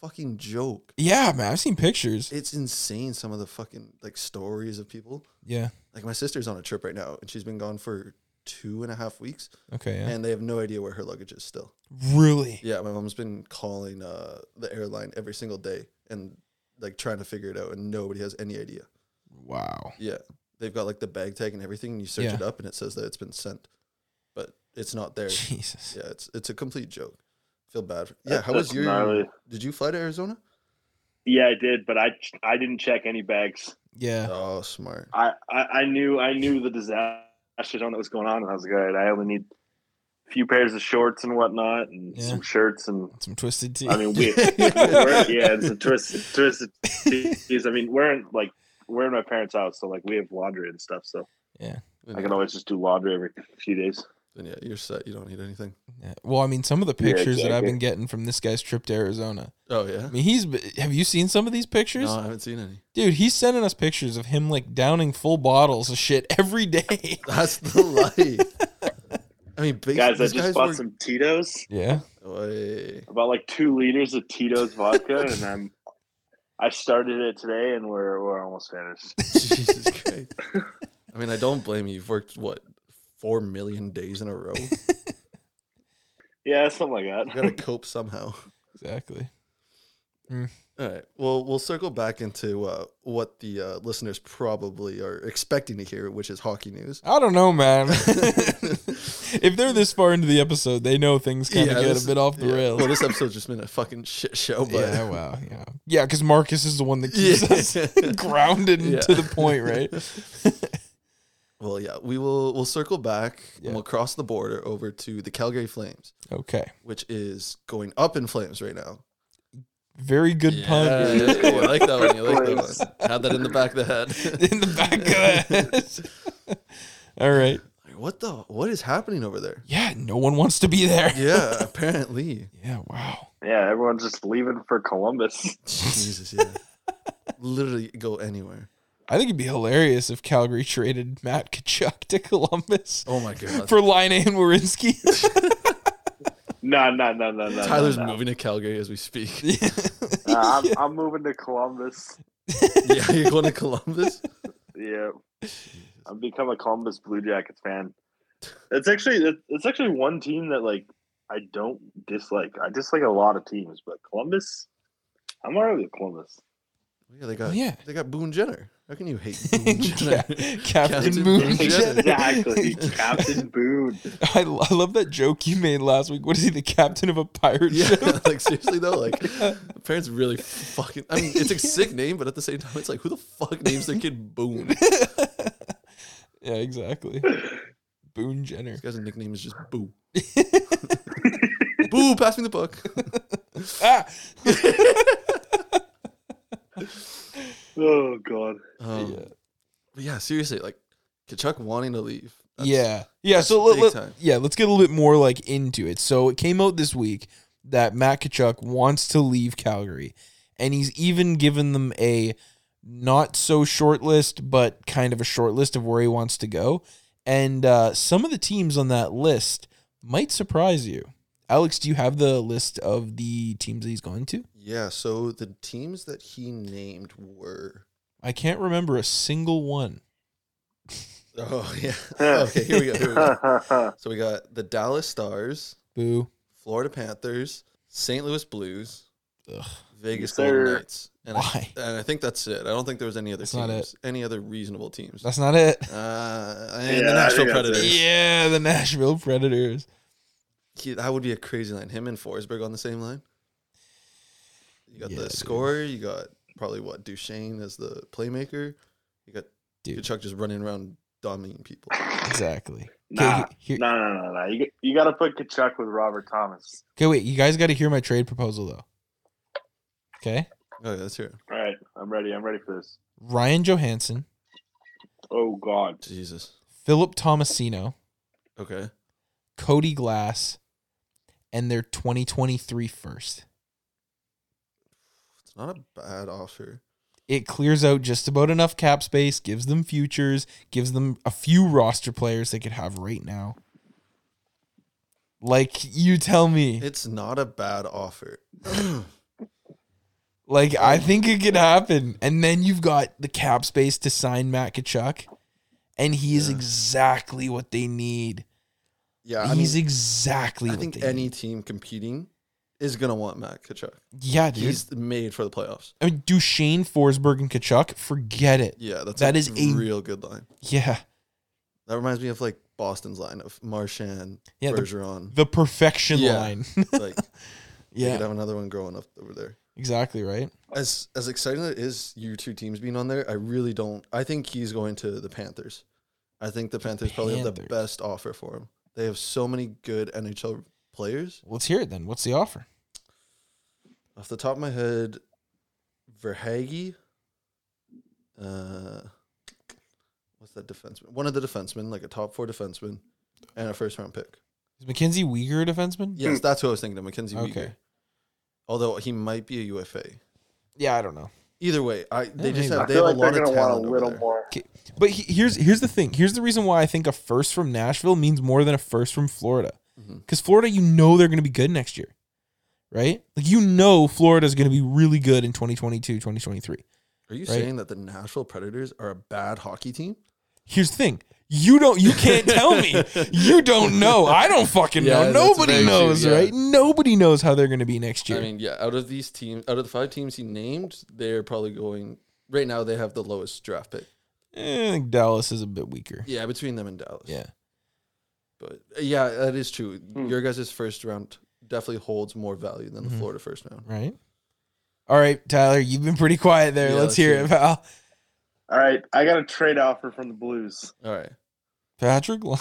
fucking joke.
Yeah, man. I've seen pictures.
It's insane some of the fucking like stories of people.
Yeah.
Like my sister's on a trip right now and she's been gone for two and a half weeks
Okay. Yeah.
and they have no idea where her luggage is still.
really?
Yeah, my mom's been calling uh, the airline every single day and like trying to figure it out and nobody has any idea.
Wow.
Yeah. They've got like the bag tag and everything and you search
Yeah.
it up and it says that it's been sent. But it's not there.
Jesus.
Yeah, it's it's a complete joke. Feel bad. For, yeah,
That-
how was
that's
your?
gnarly.
Did you fly to Arizona?
Yeah, I did, but I I didn't check any bags.
Yeah.
Oh, smart.
I, I I knew I knew the disaster zone that was going on, and I was like, all right, I only need a few pairs of shorts and whatnot, and
Yeah.
some shirts, and
Some twisted tea.
I mean, we, we're, yeah, it's a twisted twisted. tees. I mean, we're in like we're in my parents' house, so like we have laundry and stuff, so
Then,
I can always just do laundry every few days.
then yeah, you're set. You don't need anything.
Yeah. Well, I mean, some of the
Yeah,
pictures that I've
exactly.
been getting from this guy's trip to Arizona.
Oh yeah.
I mean, he's. Have you seen some of these pictures?
No, I haven't seen any.
Dude, he's sending us pictures of him like downing full bottles of shit every day.
That's the life. I mean, big,
Guys, I
these
just bought
were-
some Tito's,
Yeah.
Oy.
about like two liters of Tito's vodka, and I'm I started it today, and we're we're almost finished.
Jesus Christ. I mean, I don't blame you. You've worked what four million days in a row. You
Yeah, something like
gotta
that.
cope somehow.
Exactly.
All right. Well, we'll circle back into uh, what the uh, listeners probably are expecting to hear, which is hockey news.
I don't know, man. if they're this far into the episode, they know things kind of get
this-
a bit off the
yeah.
rails.
Well, this episode's just been a fucking shit show, but
yeah, wow. Yeah. Yeah, because Marcus is the one that keeps
Yeah.
us grounded and
Yeah.
to the point, right?
well, yeah, we will we'll circle back
Yeah.
and we'll cross the border over to the Calgary Flames,
Okay.
which is going up in flames right now.
Very good pun.
Yeah, yeah, yeah, I like that one. You like that one. Had that in the back of the head.
In the back of the head. All right.
Like, what the? What is happening over there?
Yeah, no one wants to be there.
Yeah, apparently.
Yeah, wow.
yeah, everyone's just leaving for Columbus.
Jesus, yeah. Literally go anywhere.
I think it'd be hilarious if Calgary traded Matt Kachuk to Columbus
Oh my god.
for Line and Warinsky.
No, no, no, no, no.
Tyler's
no, no.
moving to Calgary as we speak.
yeah.
Uh, I'm, I'm moving to Columbus.
yeah, you're going to Columbus.
Yeah, I've become a Columbus Blue Jackets fan. It's actually it's actually one team that like I don't dislike. I dislike a lot of teams, but Columbus, I'm already with Columbus.
Yeah, they got
Oh, Yeah.
they got Boone Jenner. How can you hate Boone Jenner?
Cap- Captain Boone Jenner.
Exactly, Captain Boone.
I, lo- I love that joke you made last week. What is he, the captain of a pirate ship?
Yeah, like seriously though, like parents really fucking. I mean, it's a sick name, but at the same time, it's like who the fuck names their kid Boone? This
yeah, exactly. Boone Jenner.
guy's nickname is just Boo. Boo, pass me the book.
Ah!
Oh God.
Um,
Yeah.
But yeah, seriously, like Kachuk wanting to leave. That's-
yeah. Yeah, so
that's
let,
big
let-
time.
yeah, let's get a little bit more like into it. So it came out this week that Matt Kachuk wants to leave Calgary and he's even given them a not so short list but kind of a short list of where he wants to go. And uh, some of the teams on that list might surprise you. Alex, do you have the list of the teams that he's going to?
Yeah. So the teams that he named were.
I can't remember a single one.
Oh yeah. okay. Here we go. Here we go. So we got the Dallas Stars,
Boo.
Florida Panthers, St. Louis Blues,
Ugh.
Vegas
Yes,
Golden
sir.
Knights. And
Why?
I, and I think that's it. I don't think there was any other
That's
teams.
not it.
Any other reasonable teams.
That's not it.
uh, and
Yeah,
the Nashville
I think that's it.
Predators.
Yeah, the Nashville Predators.
He- that would be a crazy line. Him and Forsberg on the same line. You got
Yeah,
the
dude.
scorer. You got probably what Duchesne as the playmaker. You got
Dude.
Kachuk just running around dominating people. Oh,
Exactly.
Nah,
Okay, here-
no, no, no, no. You you got to put Kachuk with Robert Thomas.
Okay, wait. You guys got to hear my trade proposal though. Okay,
Oh, yeah, that's here.
All right, I'm ready. I'm ready for this.
Ryan Johansson,
Oh God.
Jesus.
Philip Tomasino,
Okay.
Cody Glass, and their 2023 first.
It's not a bad offer.
It clears out just about enough cap space, gives them futures, gives them a few roster players they could have right now. Like you tell me,
It's not a bad offer.
Like I think it could happen. And then you've got the cap space to sign Matt Kachuk, and he is
Yeah.
exactly what they need.
Yeah, I
He's
mean,
exactly
I
what
think
they
any
need.
team competing is gonna want Matt Kachuk.
Yeah, dude.
He's made for the playoffs.
I mean, Duchesne, Forsberg, and Kachuk, forget it.
Yeah, that's
That
a
is a-
real good line.
Yeah.
That reminds me of like Boston's line of Marchand,
Yeah, the-
Bergeron.
The perfection
Yeah.
line.
like yeah.
yeah.
could have another one growing up over there.
Exactly right.
As as exciting as it is you two teams being on there, I really don't. I think he's going to the Panthers. I think the Panthers, probably have the
Panthers.
best offer for him. They have so many good NHL players.
Let's hear it then. What's the offer?
Off the top of my head, Verhage. Uh, what's that defenseman? One of the defensemen, like a top four defenseman, and a first round pick.
Is Mackenzie Weegar a defenseman?
Yes, that's who I was thinking of, Mackenzie Weegar.
Okay.
Although he might be a UFA.
Yeah, I don't know.
Either way, I they
maybe.
just
I
have
I
they
feel
have
like
a
they're
lot of talent.
gonna want a
over
little
there.
more.
But he, here's here's the thing. Here's the reason why I think a first from Nashville means more than a first from Florida.
Mhm.
Because Florida, you know they're going to be good next year, right? Like you know Florida is going to be really good in 2022, 2023.
Are you
right?
saying that the Nashville Predators are a bad hockey team?
Here's the thing. You don't. You can't tell me. You don't know. I don't fucking
Yeah,
know.
that's
Nobody
very true,
knows,
yeah.
right? Nobody knows how they're going to be next year.
I mean, yeah. Out of these teams, out of the five teams he named, they're probably going right now. They have the lowest draft pick.
Eh, I think Dallas is a bit weaker.
Yeah, between them and Dallas.
Yeah.
But uh, yeah, that is true.
Hmm.
Your guys' first round definitely holds more value than
Mm-hmm.
the Florida first round.
Right. All right, Tyler. You've been pretty quiet there.
Yeah,
let's,
let's
hear
hear
it,
it.
pal.
All right, I got a trade offer from the Blues.
All right.
Patrick Line.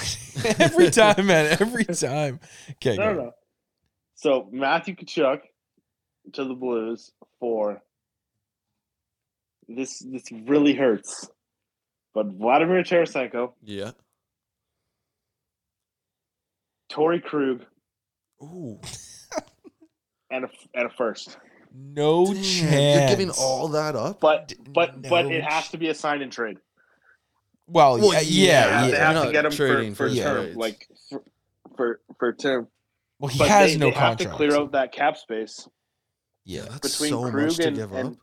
every time, man. Every time. Okay. go.
No, no. no. So Matthew Kachuk to the Blues for this. This really hurts, but Vladimir Tarasenko,
Yeah.
Tori Krug,
Ooh.
and a and a first.
No chance.
You're giving all that up?
But
D-
but but
no
it has
ch-
to be a sign and trade.
Well,
Well,
yeah,
yeah,
yeah,
they
yeah.
You're
have
not
to get him
trading
for, for
for
term,
trades.
like for for, for term.
Well, he
But
has
they,
no
they
contract.
Have to clear out that cap space.
yeah.
That's
between
so
Krug
much to
and-
give
and-
up.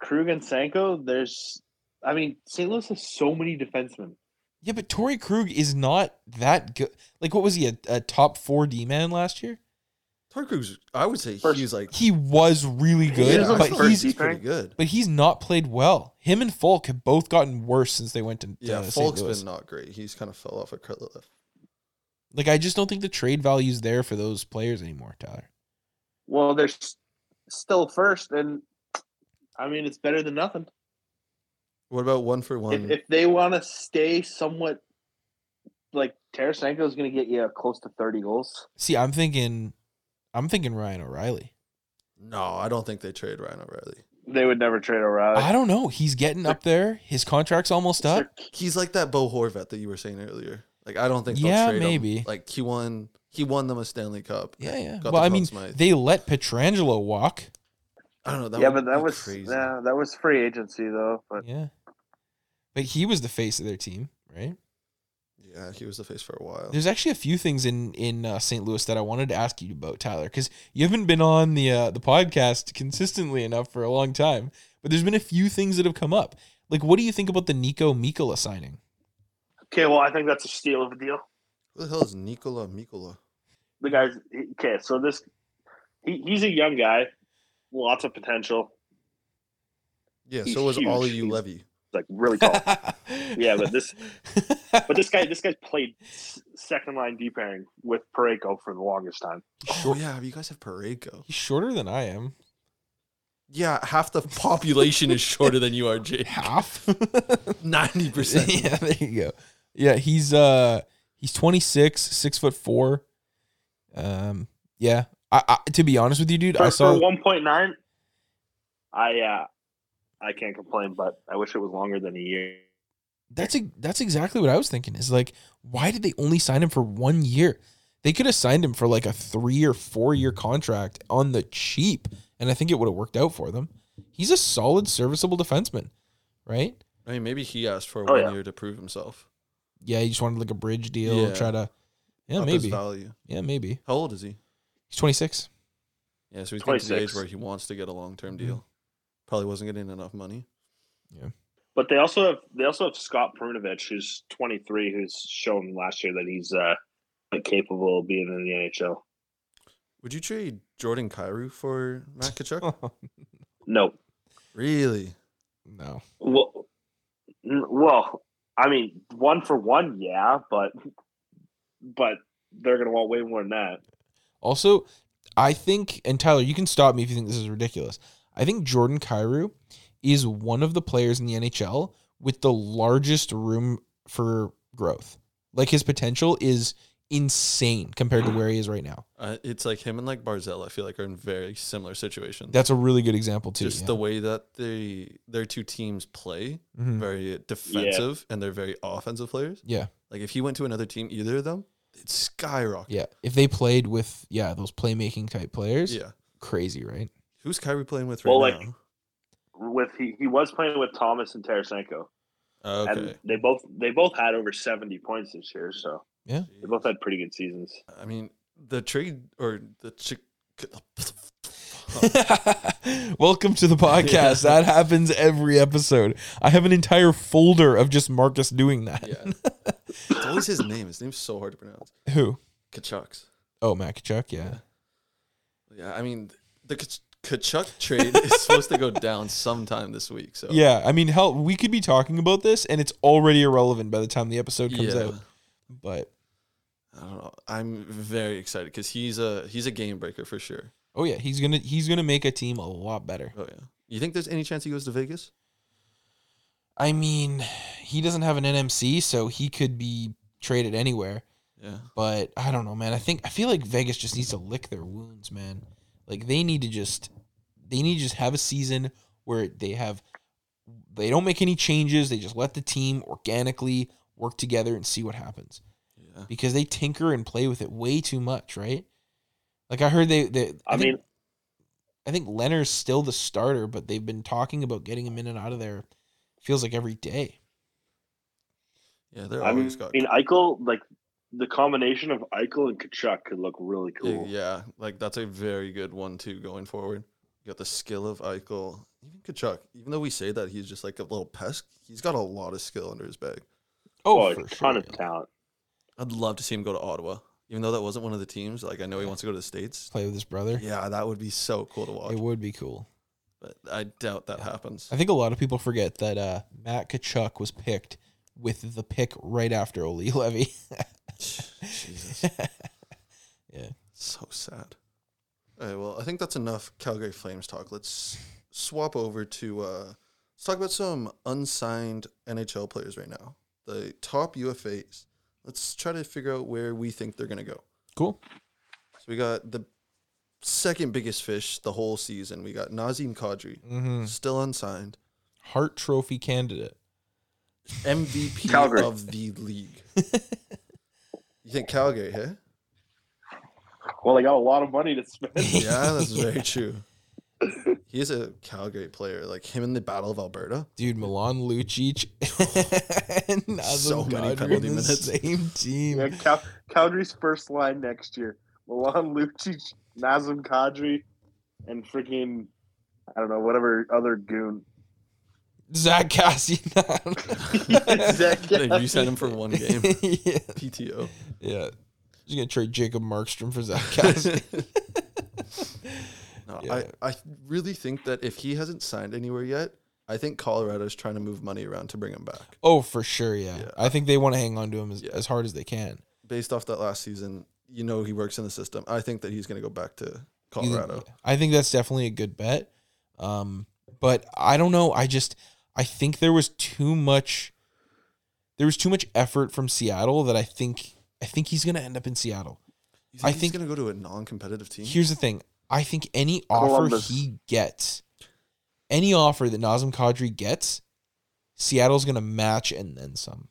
Krug and Sanko, there's. I mean, St. Louis has so many defensemen.
Yeah, but Tori Krug is not that good. Like, what was he, a, a top four D man last year?
Tori Krug's, I would say
First-
he's like
He was really good,
Yeah,
is on
but
I feel like
first
he's
D.
he's pretty good.
but he's not played well. Him and Falk have both gotten worse since they went to
Yeah,
uh, St.
Falk's
Louis.
been not great. He's kind of fell off a uh, credit left.
Like, I just don't think the trade value's there for those players anymore, Tyler.
Well, they're s- still first, and I mean it's better than nothing.
What about one for one?
If, if they want to stay somewhat, like Tarasenko is going to get you close to thirty goals.
See, I'm thinking, I'm thinking Ryan O'Reilly.
no, I don't think they trade Ryan O'Reilly.
They would never trade O'Reilly.
I don't know. He's getting up there. His contract's almost up.
He's like that Bo Horvat that you were saying earlier. Like I don't think
Yeah,
they'll trade him.
maybe.
Like he won he won them a Stanley Cup.
Yeah, yeah.
Got
Well,
the
I mean,
Conn Smythe.
they let Petrangelo walk.
I don't know. That
yeah,
would
but that
be
was
crazy.
yeah, that was free agency though. But
Yeah, but he was the face of their team, right?
Yeah, he was the face for a while.
There's actually a few things in in uh, St. Louis that I wanted to ask you about, Tyler, because you haven't been on the uh, the podcast consistently enough for a long time. But there's been a few things that have come up. Like, what do you think about the Nico Mikola signing?
okay, well I think that's a steal of a deal.
Who the hell is Nikola Mikola?
The guys, okay, so this he, he's a young guy, lots of potential,
Yeah,
He's
so was
huge.
all you
He's-
Levy.
like really tall.
yeah,
Oh, yeah, but this but this guy this guy's played s- second line D pairing with Pareko for the longest time.
Oh yeah, you guys have Pareko.
he's shorter than I am.
Yeah, half the population is shorter than you are, Jake.
Half.
Ninety percent.
yeah, there you go. Yeah, he's uh he's 26, six foot four. Um, yeah. I, I to be honest with you, dude,
For,
I saw
for one point nine, I uh, I can't complain, but I wish it was longer than a year.
that's a, that's exactly what I was thinking. Is like, why did they only sign him for one year? They could have signed him for like a three or four year contract on the cheap, and I think it would have worked out for them. He's a solid, serviceable defenseman, right?
I mean, maybe he asked for
Oh,
one
yeah.
year to prove himself.
Yeah, he just wanted like a bridge deal,
Yeah.
try to, yeah,
Up his
maybe,
value.
yeah, maybe.
How old is he?
He's twenty six.
Yeah, so he's getting to the age
26.
where he wants to get a long term deal. Probably wasn't getting enough money.
But they also have they also have Scott Prunovich, who's 23, who's shown last year that he's uh, capable of being in the NHL.
Would you trade Jordan Cairo for Matt Kachuk?
Nope.
really?
no.
Well, n- well, I mean, one for one, yeah, but but they're gonna want way more than that.
Also, I think, and Tyler, you can stop me if you think this is ridiculous. I think Jordan Cairo is one of the players in the NHL with the largest room for growth. Like his potential is insane compared to where he is right now.
Uh, it's like him and like Barzell. I feel like are in very similar situations.
That's a really good example too.
just
yeah.
the way that they their two teams play,
Mhm.
very defensive, and they're very offensive players.
yeah,
Like if he went to another team, either of them, it skyrocket.
yeah. If they played with yeah those playmaking type players,
Yeah.
crazy, right?
Who's Kyrie playing with right
Well, like-
now?
With he, he was playing with Thomas and Tarasenko, and
Okay.
they both they both had over 70 points this year, so
Yeah.
they both had pretty good seasons.
I mean, the trade or the chick.
Welcome to the podcast. That happens every episode. I have an entire folder of just Marcus doing that.
Yeah. it's always his name. His name's so hard to pronounce.
Who?
Kachucks.
Oh, Mac Chuck. Yeah.
Yeah, I mean the Kach- Kachuk trade is supposed to go down sometime this week. So
Yeah. I mean, hell, we could be talking about this and it's already irrelevant by the time the episode comes
Yeah.
out. But
I don't know. I'm very excited because he's a he's a game breaker for sure.
oh yeah, he's gonna he's gonna make a team a lot better.
Oh yeah. You think there's any chance he goes to Vegas?
I mean, he doesn't have an NMC, so he could be traded anywhere.
Yeah.
But I don't know, man. I think I feel like Vegas just needs to lick their wounds, man. Like they need to just they need to just have a season where they have they don't make any changes. They just let the team organically work together and see what happens.
Yeah.
Because they tinker and play with it way too much, right? Like I heard they they
I,
think-
mean,
I think Leonard's still the starter, but they've been talking about getting him in and out of there feels like every day.
Yeah, they're
I mean,
always got.
Eichel like the combination of Eichel and Kachuk could look really cool.
Yeah, like that's a very good one too going forward. You got the skill of Eichel, even Kachuk. Even though we say that he's just like a little pest, he's got a lot of skill under his bag.
Oh, a ton of
yeah.
talent.
I'd love to see him go to Ottawa, even though that wasn't one of the teams. Like I know he wants to go to the states.
Play with his brother.
Yeah, that would be so cool to watch.
It would be cool.
But I doubt that happens.
I think a lot of people forget that uh, Matt Kachuk was picked with the pick right after Ole Levy.
Jesus,
yeah.
so sad. All right, well, I think that's enough Calgary Flames talk. Let's swap over to uh, let's talk about some unsigned NHL players right now. The top UFAs. Let's try to figure out where we think they're gonna go.
Cool.
So we got the second biggest fish the whole season. We got Nazim Kadri,
Mm-hmm.
still unsigned,
Hart Trophy candidate.
MVP
Calgary.
of the league. you think Calgary? Hey,
Well, they got a lot of money to spend.
yeah, that's very true. He is a Calgary player, like him in the Battle of Alberta.
Dude, Milan Lucic and
So
Nazem
many
Kadri are on
penalty
the
minutes.
same
Yeah,
team.
Cal- Calgary's first line next year: Milan Lucic, Nazem Kadri, and freaking I don't know whatever other goon.
Zach Cassian.
Zach
Hey, you sent him for one game.
yeah.
PTO.
yeah. Just gonna trade Jacob Markstrom for Zach Cassian.
no,
Yeah.
I, I really think that if he hasn't signed anywhere yet, I think Colorado's trying to move money around to bring him back.
oh, for sure, yeah.
Yeah.
I think they want to hang on to him as,
Yeah.
as hard as they can.
Based off that last season, you know he works in the system. I think that he's going to go back to
You think-
Colorado.
I think that's definitely a good bet. Um, but I don't know. I just I think there was too much there was too much effort from Seattle that I think I think he's gonna end up in Seattle.
You
I
he's
think-
going to go to a non-competitive team.
Here's the thing. I think any offer
Columbus.
he gets, any offer that Nazem Kadri gets, Seattle's gonna match and then some.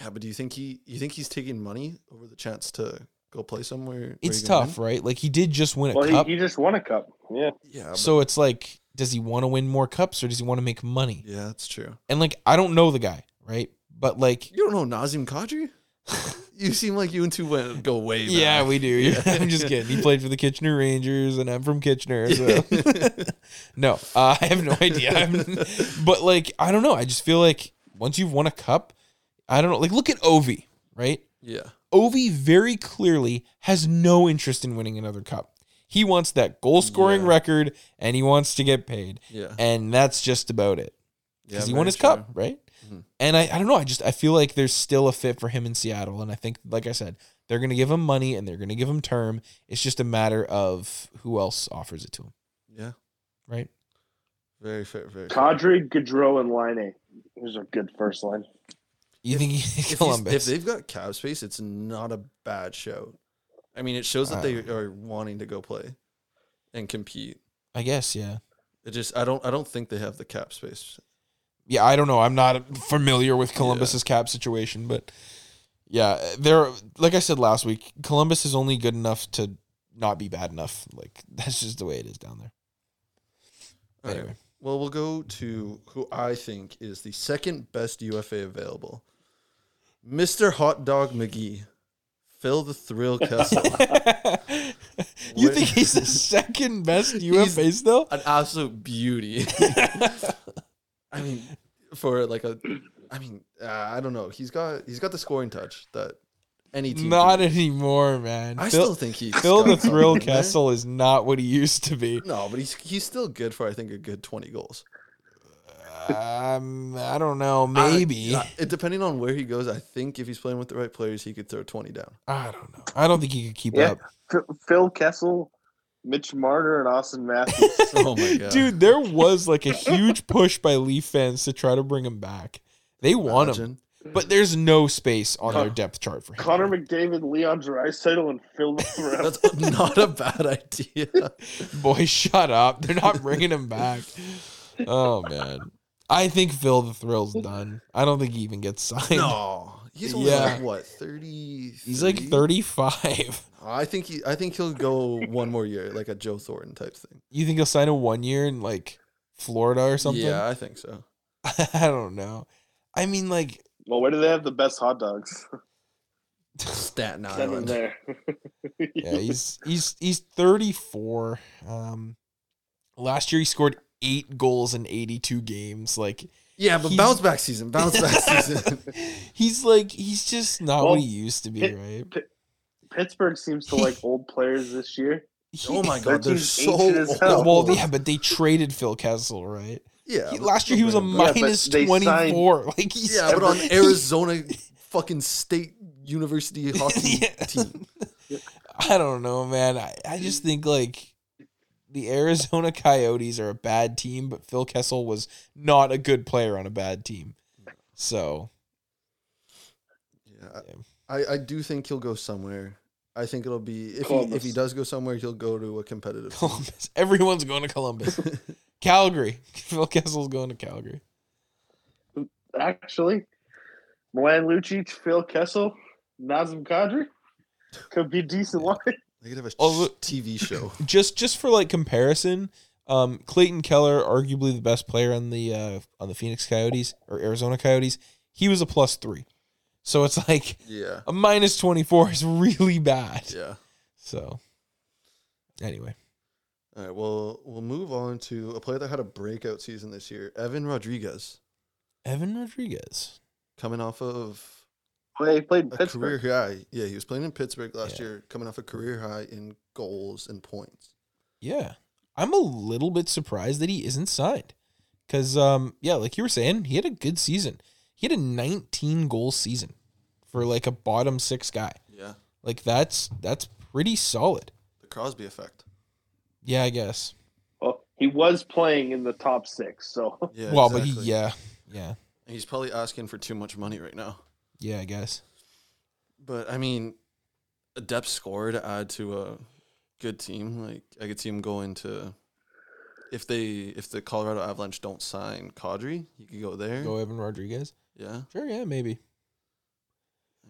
yeah, but do you think he? You think he's taking money over the chance to go play somewhere? where he
It's
can win?
tough, right? Like he did just win a
Well,
cup.
he, he just won a cup. Yeah,
Yeah. but-
so it's like, does he want to win more cups or does he want to make money?
yeah, that's true.
And like I don't know the guy, right? But like
You don't know Nazim Kadri? You seem like you and two went go way back.
Yeah, we do. I'm just kidding. He played for the Kitchener Rangers, and I'm from Kitchener. So. no, uh, I have no idea. I'm, but like, I don't know. I just feel like once you've won a cup, I don't know. Like, look at Ovi, right?
Yeah.
Ovi very clearly has no interest in winning another cup. He wants that goal scoring
Yeah.
record, and he wants to get paid,
Yeah.
and that's just about it
Yeah,
because he won
very
his
true. Mm-hmm.
cup, right? And I, I don't know. I just I feel like there's still a fit for him in Seattle, and I think, like I said, they're going to give him money and they're going to give him term. It's just a matter of who else offers it to him,
Yeah.
right?
Very fair. Very fair.
Kadri, Gaudreau, and Line. Here's a good first line.
You think he,
if, he's- if
Columbus?
they've got cap space, it's not a bad show. I mean, it shows
Uh,
that they are wanting to go play and compete.
I guess, yeah,
It just I don't I don't think they have the cap space.
yeah. I don't know. I'm not familiar with Columbus's cap situation, but yeah, they're like I said last week. Columbus is only good enough to not be bad enough. Like that's just the way it is down there.
All right.
Anyway.
Well, we'll go to who I think is the second best UFA available. Mr. Hot Dog McGee. Phil the Thrill Kessel.
you
Wait.
think he's the second best UFA still?
An absolute beauty. I mean, for like a I mean, uh, I don't know. He's got he's got the scoring touch that any team
Not
can-
anymore, man.
E I
Phil,
still think he's
Phil
got
the
something
Thrill
in there.
Kessel is not what he used to be.
No, but he's he's still good for I think a good 20 goals.
Um, I don't know. Maybe.
I,
I,
I- depending on where he goes, I think if he's playing with the right players, he could throw 20 down.
don't know. I don't think he could keep
Yeah.
up.
Phil Kessel, Mitch Marner, and Austin Matthews.
Oh my god.
Dude, there was like a huge push by Leaf fans to try to bring him back. They want him,
Imagine.
but there's no space on their depth chart for him.
Connor McDavid, Leon Draisaitl, and Phil Thrill.
That's not a bad idea.
Boy, shut up. They're not bringing him back. Oh, man. I think Phil the Thrill's done. I don't think he even gets signed.
no. He's only
Yeah.
like what, 30?
He's like 35.
I think he I think he'll go one more year, like a Joe Thornton type thing.
You think he'll sign a one year in like Florida or something?
Yeah, I think so.
I don't know. I mean, like,
well, where do they have the best hot dogs?
Staten
Send them
Island.
there.
yeah, he's he's he's 34. Um, last year he scored eight goals in 82 games. Like,
Yeah, but
He's-
bounce back season, bounce back season.
he's like he's just not
Well,
what he used to be,
it-
right?
Pittsburgh seems to like old players this year.
oh my
He-
god, they're
team's
so
ancient as hell.
old.
Well, yeah, but they traded Phil Kessel, right?
yeah.
He-
but
last year he was a
bring him
Yeah,
back.
but
minus
they signed-
24. Like he's
Yeah, but on Arizona fucking state university hockey
Yeah.
team.
I don't know, man. I, I just think like the Arizona Coyotes are a bad team, but Phil Kessel was not a good player on a bad team. So
Yeah,
Yeah.
I, I do think he'll go somewhere. I think it'll be if he, if
Columbus.
he does go somewhere, he'll go to a competitive. team.
Columbus, everyone's going to Columbus, Calgary. Phil Kessel's going to Calgary.
Actually, Milan Lucic, Phil Kessel, Nazem Kadri could be decent line.
They could have a
Oh,
sh- TV show.
Just just for like comparison, um, Clayton Keller, arguably the best player on the uh, on the Phoenix Coyotes or Arizona Coyotes, he was a plus three. So it's like
yeah,
a minus twenty four is really bad.
yeah.
So anyway.
All right, well, we'll move on to a player that had a breakout season this year, Evan Rodriguez,
Evan Rodriguez.
coming off of
Well, he played in
a
Pittsburgh.
career high. Yeah, he was playing in Pittsburgh last
Yeah.
year, coming off a career high in goals and points.
Yeah. I'm a little bit surprised that he isn't signed. Cause um yeah, like you were saying, he had a good season. He had a 19 goal season for like a bottom six guy.
Yeah,
Like that's that's pretty solid.
the Crosby effect.
Yeah, I guess.
Well, he was playing in the top six, so
Yeah,
well, but
exactly.
he yeah. Yeah.
And he's probably asking for too much money right now.
Yeah, I guess.
But I mean, a depth scorer to add to a good team. Like I could see him going to if they if the Colorado Avalanche don't sign Kadri, he could go there.
Go Evan Rodriguez.
Yeah,
Sure, yeah, maybe.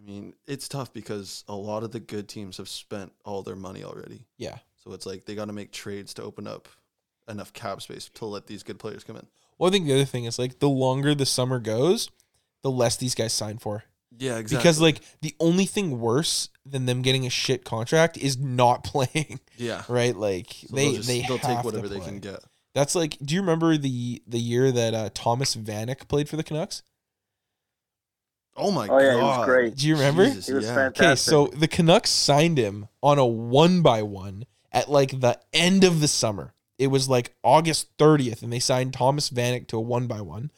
I mean it's tough because a lot of the good teams have spent all their money already.
Yeah.
So it's like they got to make trades to open up enough cap space to let these good players come in.
Well, I think the other thing is like the longer the summer goes, the less these guys sign for.
Yeah, exactly.
Because like the only thing worse than them getting a shit contract is not playing,
yeah,
right? Like
So
they
they'll, just-
they
they'll
have
take
to
whatever they
play.
can get.
That's like, do you remember the the year that uh, Thomas Vanek played for the Canucks?
Oh my
Oh, yeah,
god,
he was great.
Do you remember?
Jesus,
He was
yeah.
fantastic.
Okay, so the Canucks signed him on a one by one at like the end of the summer. It was like August 30th, and they signed Thomas Vanek to a one by one.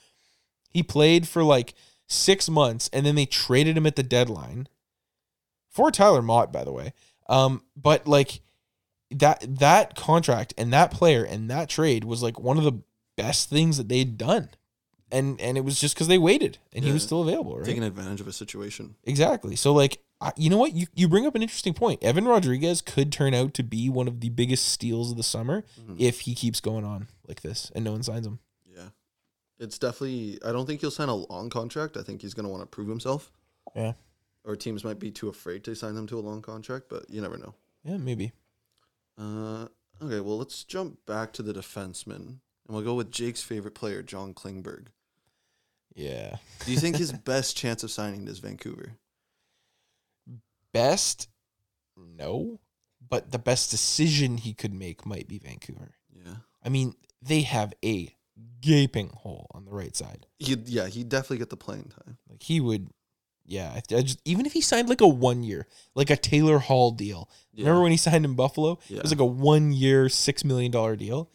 He played for like six months, and then they traded him at the deadline for Tyler Mott, by the way. Um, but like that that contract and that player and that trade was like one of the best things that they'd done, and and it was just because they waited and he
Yeah.
was still available, right?
Taking advantage of a situation.
Exactly. So, like, I- you know what? You, you bring up an interesting point. Evan Rodriguez could turn out to be one of the biggest steals of the summer
Mhm.
if he keeps going on like this and no one signs him.
Yeah. It's definitely I don't think he'll sign a long contract. I think he's gonna want to prove himself.
Yeah.
Or teams might be too afraid to sign him to a long contract, but you never know.
Yeah, maybe.
Uh okay, well let's jump back to the defenseman. And we'll go with Jake's favorite player, John Klingberg.
Yeah.
Do you think his best chance of signing is Vancouver?
Best? No. But the best decision he could make might be Vancouver.
Yeah.
I mean, they have a gaping hole on the right side.
He'd, yeah, he'd definitely get the playing time.
Like, he would. Yeah, I, I just, even if he signed like a one year, like a Taylor Hall deal,
Yeah.
Remember when he signed in Buffalo? It
Yeah.
was like a one year, six million dollar deal.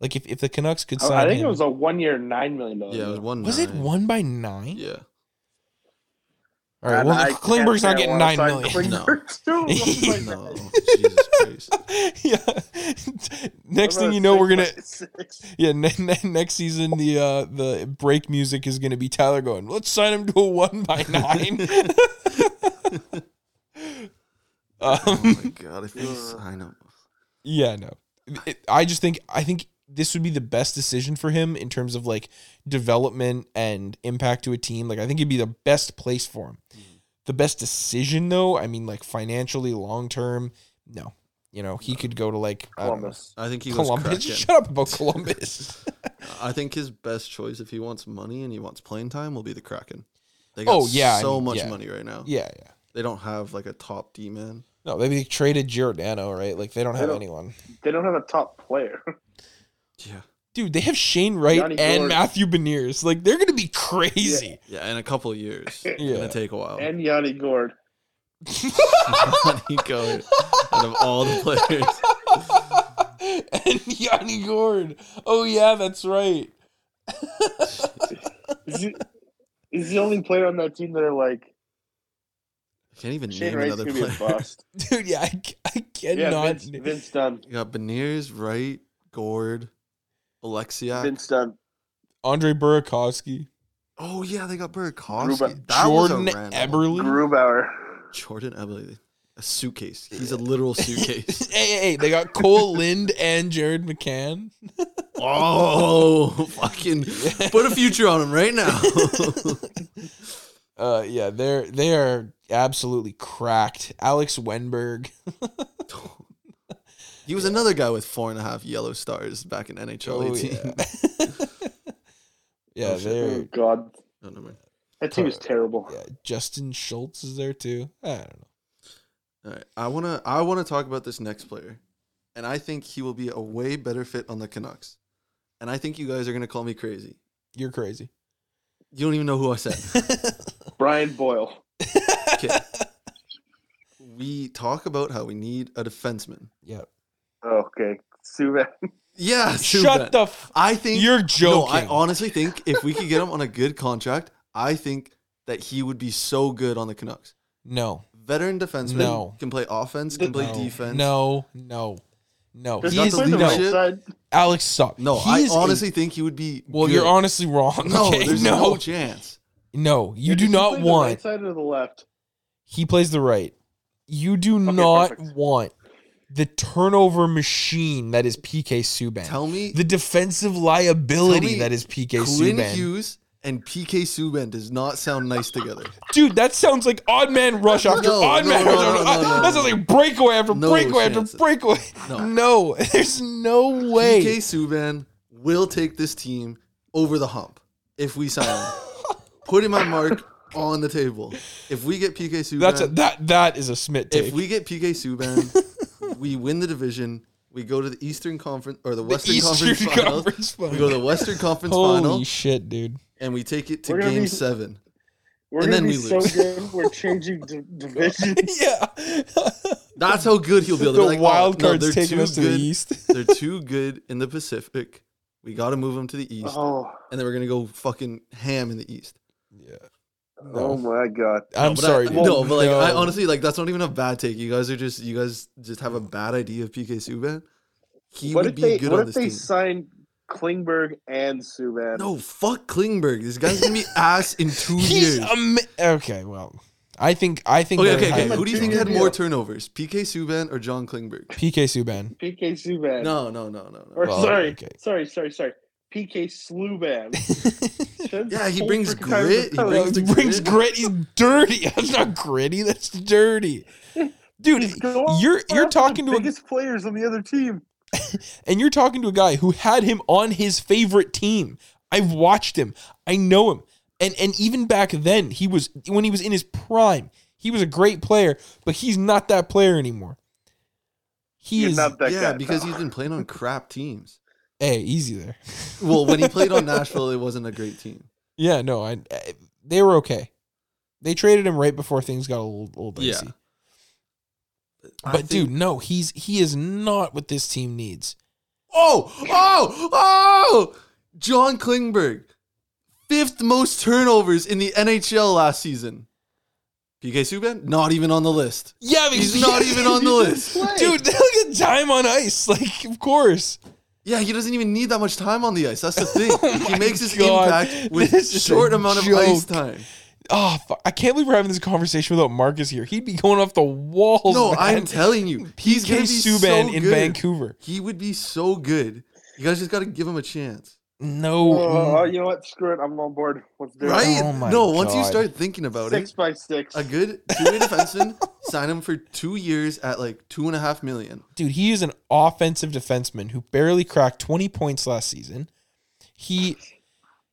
Like if, if the Canucks
Oh,
could sign
I think
him,
it was a one year, $9 million.
Yeah, it was one
Was it
nine.
one by nine?
Yeah.
All right.
And
Well,
I can't
Klingberg's
say I
not getting
wanna
nine
sign
million.
Klingberg too. Oh my
No.
God.
Jesus Christ.
yeah. next
I'm
thing
a
you know, we're gonna.
six by six.
Yeah, ne- ne- next season the uh, the break music is gonna be Tyler going. Let's sign him to a one by nine. um,
Oh my god, if he sign him.
Yeah, no. It- I just think I think this would be the best decision for him in terms of like development and impact to a team. Like I think it'd be the best place for him. The best decision though, I mean like financially long term, no. You know, he could go to like I don't know,
Columbus.
I think he goes
Columbus.
Kraken.
Shut up about Columbus.
I think his best choice, if he wants money and he wants playing time, will be the Kraken. They
Oh, yeah, I
so
mean,
much
yeah.
money right now.
yeah, yeah.
They don't have like a top D man.
No, maybe they traded Giordano, right? Like they don't have
don't-
anyone.
They don't have a top player.
Yeah,
Dude, they have Shane Wright
Johnny
and
Gord.
Matthew Beniers. Like they're gonna be crazy.
yeah. In a couple of years, it's
Yeah.
gonna take a while.
and Yanni Gord.
Johnny Gord, out of all the players,
and Yanni Gord. Oh yeah, that's right.
Is he, is the only player on that team that are like
I can't even
Shane
name
Wright's
another
gonna be a
player.
bust?
Dude, yeah, I, c- I
yeah,
cannot.
Vince, Vince Dunn.
You got Beniers, Wright, Gord, Alexia.
Vince Dunn.
Andre Burakovsky,
Oh yeah, they got Burakovsky.
Gruba-
That
Jordan
was a random one.
Eberle.
Grubauer.
Jordan Eberle, a suitcase. He's a literal suitcase.
hey, hey, hey, they got Cole Lind and Jared McCann.
oh, fucking put a future on him right now.
Uh, yeah, they're they are absolutely cracked. Alex Wenberg.
He was another guy with four and a half yellow stars back in NHL
Oh,
18.
yeah. yeah,
Oh, shit.
they're
Oh God,
Oh, never mind.
that team is terrible.
yeah. Justin Schultz is there too. I don't know.
All right. I wanna I wanna talk about this next player. And I think he will be a way better fit on the Canucks. And I think you guys are gonna call me crazy.
You're crazy.
You don't even know who I said.
Brian Boyle.
Okay. we talk about how we need a defenseman.
Yeah.
Okay, Subban.
Yeah,
Shut the. F-
I think
You're
No, I
joking.
honestly think if we could get him on a good contract, I think that he would be so good on the Canucks.
no.
Veteran defenseman
No.
can play offense, can play
no,
defense.
No. No. No.
Does
He
he
is
He's-
play the
no.
right side?
Alex sucks.
No,
He
I
is a-
honestly think he would be.
well,
good.
you're honestly wrong.
No,
okay?
there's
no,
no. chance.
no, you
Yeah,
do
does he
not
play
want.
the right side or the left.
He plays the right. You do not
perfect.
want the turnover machine that is PK Subban.
Tell me,
the defensive liability
Tell me
that is PK
Quinn
Subban.
Hughes and PK Subban does not sound nice together.
Dude, that sounds like odd man rush after
No,
odd
no,
man
no,
rush.
no,
after
no, no,
odd- that
no.
sounds like breakaway after
No
breakaway after
chance.
breakaway. No.
No.
there's no way.
PK Subban will take this team over the hump if we sign him. Put him on Mark. on the table. If we get PK Subban,
That's a, that. That is a Smit take.
if we get PK Subban, we win the division. We go to the Eastern Conference or the Western Conference
Eastern
Finals.
Conference
We go to the Western Conference
Holy
Final
shit, dude!
and we take it to
We're gonna
Game
be-
Seven.
We're
And
gonna
then
be
we
so
lose.
good. We're changing d- division.
yeah,
That's how good he'll be. They'll
the
be like,
wild
oh, no,
card's
they're
taking
too
us to
good.
the East.
they're too good in the Pacific. We got to move them to the East,
Oh,
and then we're gonna go fucking ham in the East.
yeah,
oh my god.
I'm
But I-
sorry. dude.
no, but like I honestly like that's not even a bad take. You guys are just you guys just have a bad idea of PK Subban. He
What
would
if
be
they
good on
what if
this
they
team.
signed Klingberg and Subban?
no, fuck Klingberg. This guy's gonna be ass in two
he's
years.
ama- okay. Well, I think I think.
Okay,
they're
okay, okay.
highly
Who do you think
touted.
had more turnovers, PK Subban or John Klingberg?
PK Subban.
PK Subban.
No, no, no, no, no.
Or
Well,
sorry,
okay.
sorry, sorry, sorry. PK Sluban.
Yeah, he
Full
brings
freaking time
grit, he
to-
brings-
He brings grit. He's dirty. That's not gritty. That's dirty, dude.
Go on,
You're
after
you're talking
the
to a,
biggest players on the other team.
and you're talking to a guy who had him on his favorite team. I've watched him. I know him. And and even back then, he was when he was in his prime, he was a great player. But he's not that player anymore. He
You're
is.
not that
yeah,
guy.
because he's been playing on crap teams.
hey, easy there.
Well, when he played on Nashville, it wasn't a great team.
Yeah, no, I, I- they were okay. They traded him right before things got a little, little
Yeah.
dicey.
I
But
think-
dude, no, he's he is not what this team needs.
Oh, oh, oh! John Klingberg, fifth most turnovers in the NHL last season. PK Subban, not even on the list.
Yeah,
He's not even on the list.
Dude, look at time on ice. Like, of course.
Yeah, he doesn't even need that much time on the ice. That's the thing.
Oh my
he makes his
God.
impact with
This is
short
a
amount of ice
joke.
time.
Oh, fuck. I can't believe we're having this conversation without Marcus here. He'd be going off the walls.
No,
Oh man.
I'm telling you, he's
PK
gonna be
Subban
so
in
good.
Vancouver.
He would be so good. You guys just got to give him a chance,
No, mm.
Oh, you know what? Screw it. I'm on board. Let's do it.
mm. right?
Oh my
no, once you
God.
start thinking about it,
Six by six.
a good two-way defenseman. Sign him for two years at like two and a half million.
dude, he is an offensive defenseman who barely cracked 20 points last season. He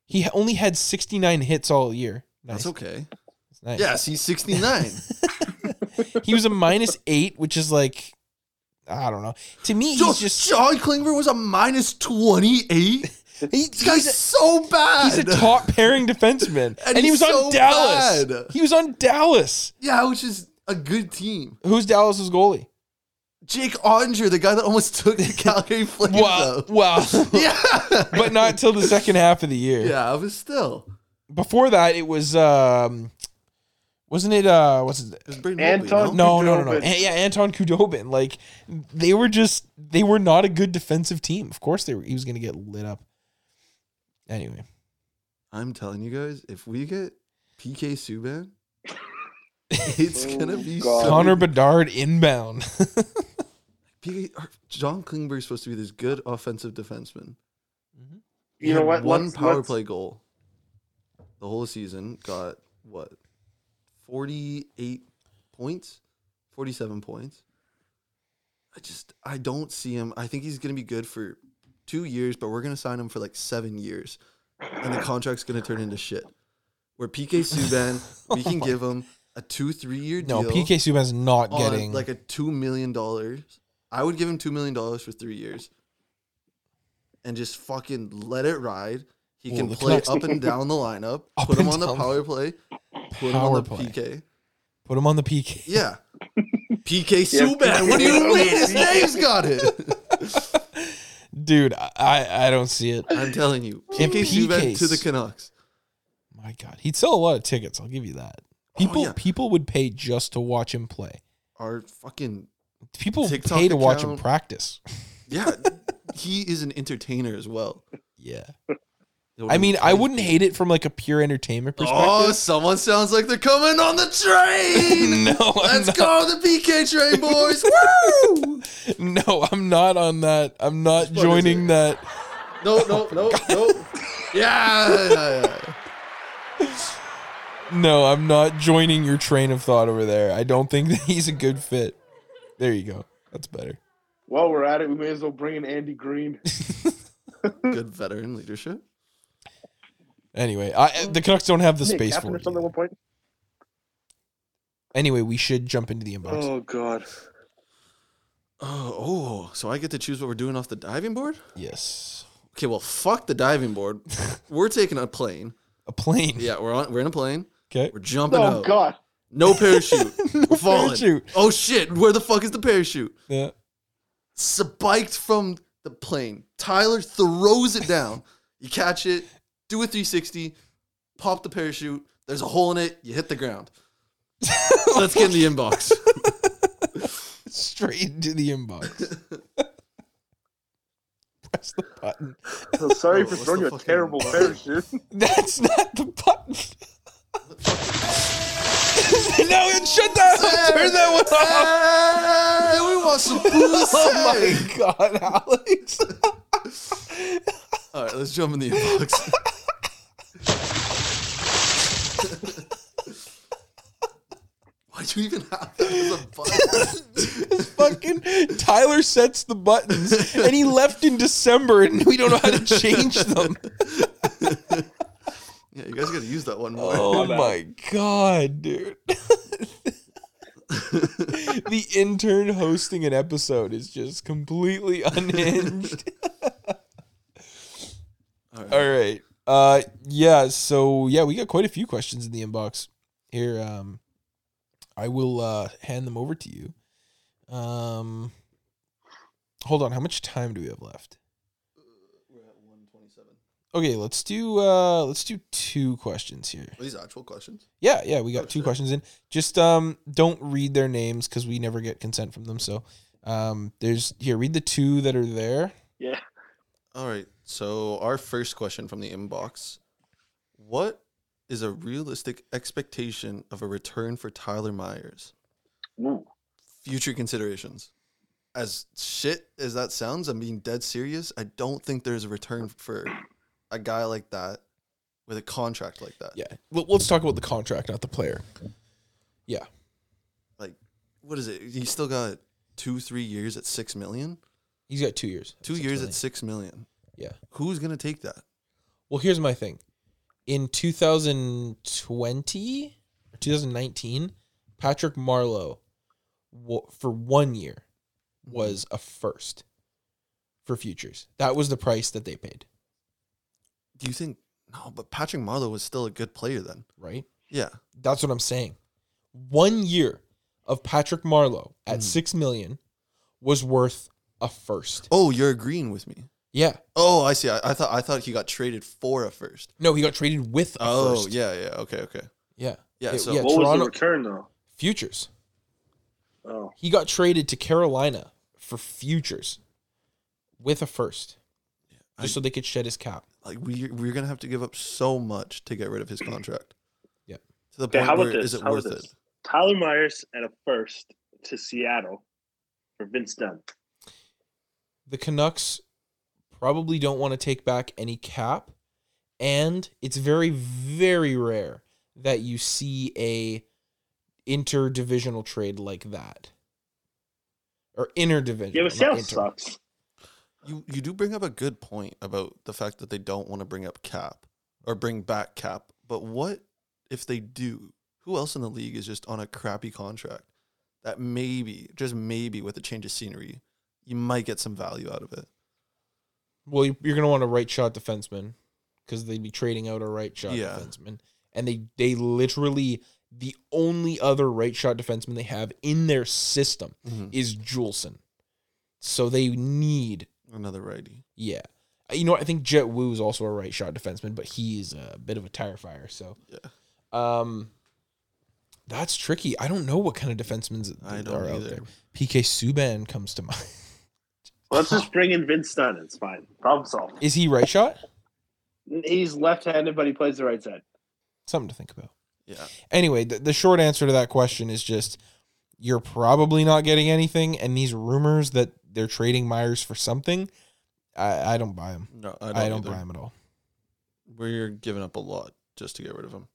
he only had 69 hits all year. Nice.
That's okay.
nice.
Yes, he's 69.
He was a minus 8, which is like I don't know. To me,
Yo,
he's just
John Klingberg was a minus 28.
he-
This guy's
he's,
so
a,
bad.
he's a top pairing defenseman.
And
and he was
he's
on
so
Dallas.
bad.
He was on Dallas.
yeah, which is a good team.
Who's Dallas's goalie?
Jake Onger, the guy that almost took the Calgary Flames.
Wow.
out.
Wow.
Yeah.
but not till the second half of the year.
yeah, I was still.
Before that, it was um wasn't it uh what's his
It was Braden
Anton-
Holtby, no?
No, no, no, no.
Kudobin.
An- yeah, Anton Kudobin. Like they were just they were not a good defensive team. Of course they were. He was going to get lit up. Anyway,
I'm telling you guys, if we get PK Subban, it's gonna be
Oh, God.
so
Connor Bedard inbound.
PK, or- John Klingberg's supposed to be this good offensive defenseman. He
you know
had
what?
One
Let's-
power
let's-
play goal. The whole season got what? Forty-eight points, forty-seven points. I just I don't see him. I think he's gonna be good for two years, but we're gonna sign him for like seven years, and the contract's gonna turn into shit. Where PK Subban, we can give him a two three year
no,
deal.
PK Subban's not
on
getting.
like a two million dollars. I would give him two million dollars for three years, and just fucking let it ride. He
Well,
can
the
play
Canucks-
up and down the lineup.
Up
put him
and
on the
down.
power play. Put him
Power
on the
play.
PK.
put him on the PK.
Yeah. PK
Yeah,
Subban. What do you mean? His name's got it.
Dude, I- I I don't see it.
I'm telling you,
If
PK Subban to the
PKs
Canucks.
My God, he'd sell a lot of tickets. I'll give you that. People
Oh, yeah.
people would pay just to watch him play.
Our fucking
People
TikTok
pay to watch him
account.
practice.
yeah. he is an entertainer as well.
Yeah. I mean, I wouldn't hate it from like a pure entertainment perspective.
Oh, someone sounds like they're coming on the train.
no, I'm
Let's
not.
go the PK train, boys. Woo!
No, I'm not on that. I'm not
one is
joining
it?
that.
No, no, no, no. Yeah, yeah, yeah.
No, I'm not joining your train of thought over there. I don't think that he's a good fit. There you go. That's better.
While we're at it, we may as well bring in Andy Green.
Good veteran leadership.
Anyway, I, the Canucks don't have the
Nick
space
Captain
for
or
it.
something at one point.
Anyway, we should jump into the inbox.
Oh God.
Oh, oh, so I get to choose what we're doing off the diving board?
Yes.
Okay, well, fuck the diving board. we're taking a plane.
A plane.
Yeah, we're on. We're in a plane.
Okay.
We're jumping
Oh
out.
God.
No parachute. we're falling.
parachute.
Oh shit! Where the fuck is the parachute?
Yeah.
Spiked from the plane. Tyler throws it down. you catch it. Do a 360. Pop the parachute. There's a hole in it. You hit the ground. Let's get in the inbox.
Straight into the inbox. Press the button.
So sorry
Oh,
for
what's
throwing you
the
a
fucking-
terrible parachute.
That's not the button. no, it shut that off. Turn that one off.
Hey, we want some pussy.
Oh my god, Alex.
All right, let's jump in the inbox. Why do you even have that as a button?
Fucking Tyler sets the buttons and he left in December and we don't know how to change them.
yeah, you guys got to use that one more.
Oh my god, dude. the intern hosting an episode is just completely unhinged. All right. Uh yeah, so yeah, we got quite a few questions in the inbox. Here um I will uh hand them over to you. Um Hold on, how much time do we have left?
We're at 127.
Okay, let's do uh let's do two questions here.
Are these actual questions?
Yeah, yeah, we got
Oh,
two
shit.
questions in. Just um, don't read their names because we never get consent from them. So, um, there's here read the two that are there.
Yeah.
All right. So, our first question from the inbox What is a realistic expectation of a return for Tyler Myers?
Ooh.
Future considerations. As shit as that sounds, I'm being dead serious. I don't think there's a return for a guy like that with a contract like that.
Yeah, well, let's talk about the contract, not the player. Yeah,
Like, what is it? You still got two, three years at six million?
he's got two years.
Two years at six million.
Yeah.
Who's gonna take that?
Well, here's my thing. In 2020 or 2019, Patrick Marlowe wa- for one year was a first for futures. That was the price that they paid,
Do you think? No, but Patrick Marlowe was still a good player then.
right?
Yeah.
That's what I'm saying. One year of Patrick Marlowe
Mm.
at six million was worth a first.
Oh, you're agreeing with me.
Yeah.
Oh, I see. I, I thought I thought he got traded for a first.
No, he got traded with a
oh,
first.
yeah, yeah. Okay, okay.
Yeah.
Yeah, so-
yeah
What was the
Toronto
return though?
futures.
Oh.
He got traded to Carolina for futures with a first. Just so they could shed his cap.
Like we we're gonna have to give up so much to get rid of his contract.
Yep.
To the
Okay,
point
how about
where
this?
is it
how
worth
about
it?
this? Tyler Myers at a first to Seattle for Vince Dunn.
The Canucks probably don't want to take back any cap. And it's very, very rare that you see a interdivisional trade like that. Or interdivisional.
Yeah,
not
but Seattle
inter.
sucks.
You you do bring up a good point about the fact that they don't want to bring up cap or bring back cap. But what if they do? Who else in the league is just on a crappy contract that maybe, just maybe, with a change of scenery, you might get some value out of it.
Well, you- you're going to want a right shot defenseman because they'd be trading out a right shot
Yeah.
defenseman. And they, they literally, the only other right shot defenseman they have in their system is Juleson. So they need
Another righty.
Yeah. Uh, You know, what, I think Jet Wu is also a right shot defenseman, but he's a bit of a tire fire. So,
Yeah.
um, that's tricky. I don't know what kind of defensemen
I don't
are out
either.
there. PK Subban comes to mind.
Let's just bring in Vince Dunn. It's fine. Problem solved.
Is he right shot?
He's left-handed, but he plays the right side.
Something to think about.
Yeah.
Anyway, the, the short answer to that question is just you're probably not getting anything, and these rumors that they're trading Myers for something, I, I don't buy them.
No,
I don't, buy them at all.
We're giving up a lot just to get rid of him.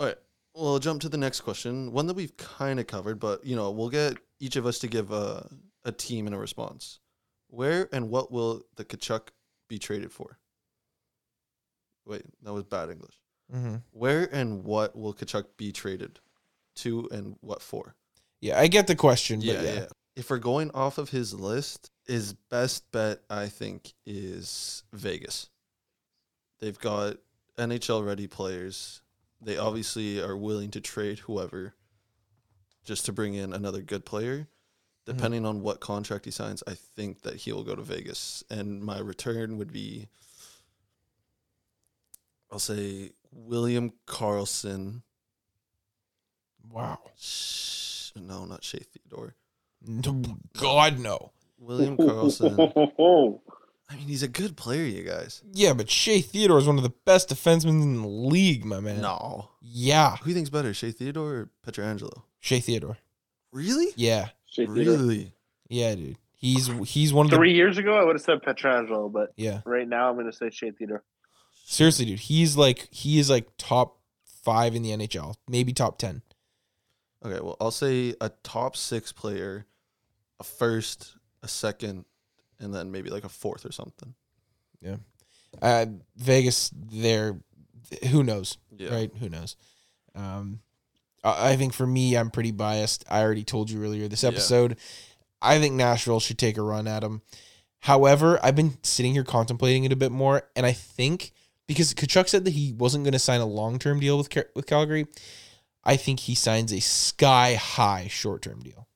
All right. Well, I'll jump to the next question. One that we've kind of covered, but you know, we'll get each of us to give a, a team and a response. Where and what will the Kachuk be traded for? Wait, that was bad English.
hmm
Mm-hmm. Where and what will Kachuk be traded two, and what four?
Yeah, I get the question, but
Yeah,
yeah.
yeah. If we're going off of his list, his best bet I think is Vegas. They've got NHL ready players. They obviously are willing to trade whoever just to bring in another good player.
Mm-hmm.
Depending on what contract he signs, I think that he will go to Vegas. And my return would be I'll say William Carlson.
Wow.
Sh- No, not Shea Theodore.
God no.
William Carlson.
Oh,
I mean, he's a good player, you guys.
Yeah, but Shea Theodore is one of the best defensemen in the league, my man.
No.
Yeah,
Who you think's better, Shea Theodore or Petrangelo?
Shea Theodore.
Really?
Yeah,
Really?
yeah, dude. He's he's one of
Three
the
years ago, I would have said Petrangelo, but
yeah.
right now I'm going to say Shea Theodore.
Seriously, dude. He's like he is like top five in the NHL, maybe top ten.
Okay, well, I'll say a top six player, a first, a second, and then maybe like a fourth or something.
Uh, Vegas, they're who knows,
Yeah.
right? Who knows? Um, I I think for me, I'm pretty biased. I already told you earlier this
Yeah.
episode. I think Nashville should take a run at him. However, I've been sitting here contemplating it a bit more, and I think because Kachuk said that he wasn't going to sign a long term deal with Cal- with Calgary, I think he signs a sky high short term deal.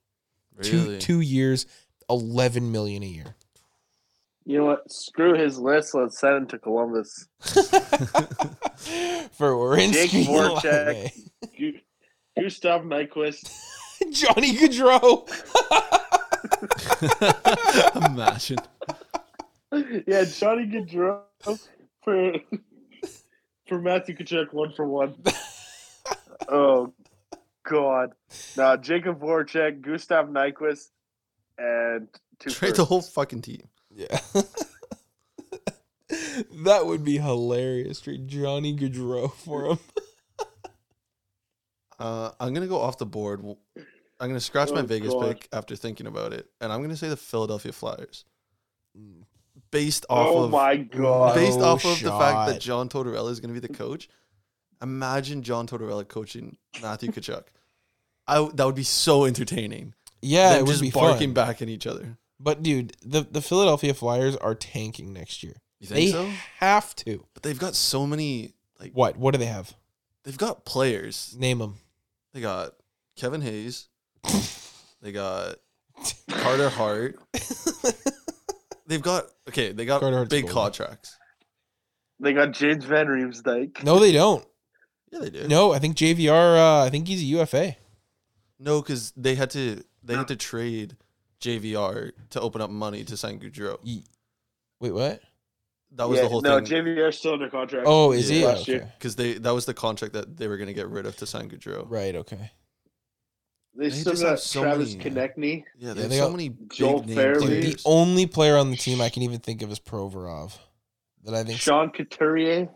Two two years, eleven million a year.
You know what? Screw his list. Let's send him to Columbus.
For Warinsky,
Jake Voracek.
Line.
Gu- Gustav Nyquist.
Johnny Gaudreau.
Imagine.
yeah, Johnny Gaudreau for for Matthew Kachuk, one for one.
Oh, God. Now, Jacob Voracek, Gustav Nyquist, and two
Trade
firsts.
the whole fucking team.
Yeah. that would be hilarious. Trade Johnny Gaudreau for him.
Uh, I'm gonna go off the board. W- I'm gonna scratch my
Oh,
Vegas
God.
pick after thinking about it, and I'm gonna say the Philadelphia Flyers, based off
Mm. oh
of
my god.
based
No
off of the fact
Oh, shot.
that John Tortorella is gonna be the coach. Imagine John Tortorella coaching Matthew Kachuk. I w- that would be so entertaining.
Yeah,
Them
it would
just
be
barking
fun.
back at each other.
But dude, the, the Philadelphia Flyers are tanking next year.
You think
They
so?
have to.
But they've got so many like
What? What do they have?
they've got players.
Name them.
They got Kevin Hayes. they got Carter Hart. they've got okay. They got
Carter Hart's
big
golden.
contracts.
They got James Van Riemsdyk.
No, they don't.
Yeah, they do.
No, I think JVR. Uh, I think he's a UFA.
no, because they had to they had to trade JVR to open up money to sign Goudreau.
Ye- Wait, what?
That was
Yeah,
the whole
no,
thing
JVR's still under contract.
Oh, is he?
Yeah.
Okay.
because they that was the contract that they were going to get rid of to sign Goudreau.
Right. Okay.
They
They
still
just have
got
so
Travis
many-
Konechny.
Yeah, they
Yeah,
have
they
so
got
many
Joel
big name
Fairley.
Dude, the
players.
only player on the team I can even think of is Provorov. That I think
Sean Couturier.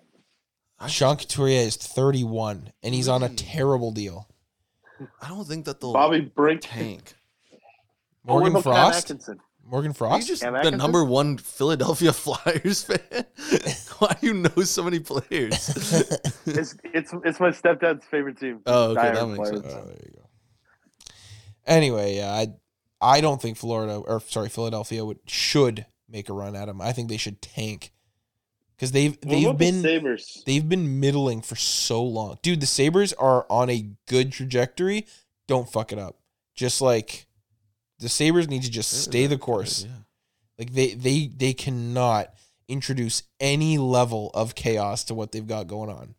I,
Sean Couturier is 31 and he's on a
Really?
terrible deal.
I don't think that they'll
Bobby Brink.
tank.
Oh, what
Morgan
about Cam
Frost.
Atkinson?
Morgan
Are you
Frost.
just
Cam
the
Atkinson?
number one Philadelphia Flyers fan? Why do you know so many players?
It's, it's it's my stepdad's favorite team.
oh, okay,
Dire
that makes
players.
sense.
Oh, there you go. Anyway, yeah, I I don't think Florida or sorry Philadelphia would should make a run at him. I think they should tank because they've
What
they've
about the
been
Sabres.
they've been middling for so long, dude. The Sabers are on a good trajectory. Don't fuck it up. Just like the Sabers need to just
They're-
stay
they're
the
good,
course.
yeah.
Like they they they cannot introduce any level of chaos to what they've got going on.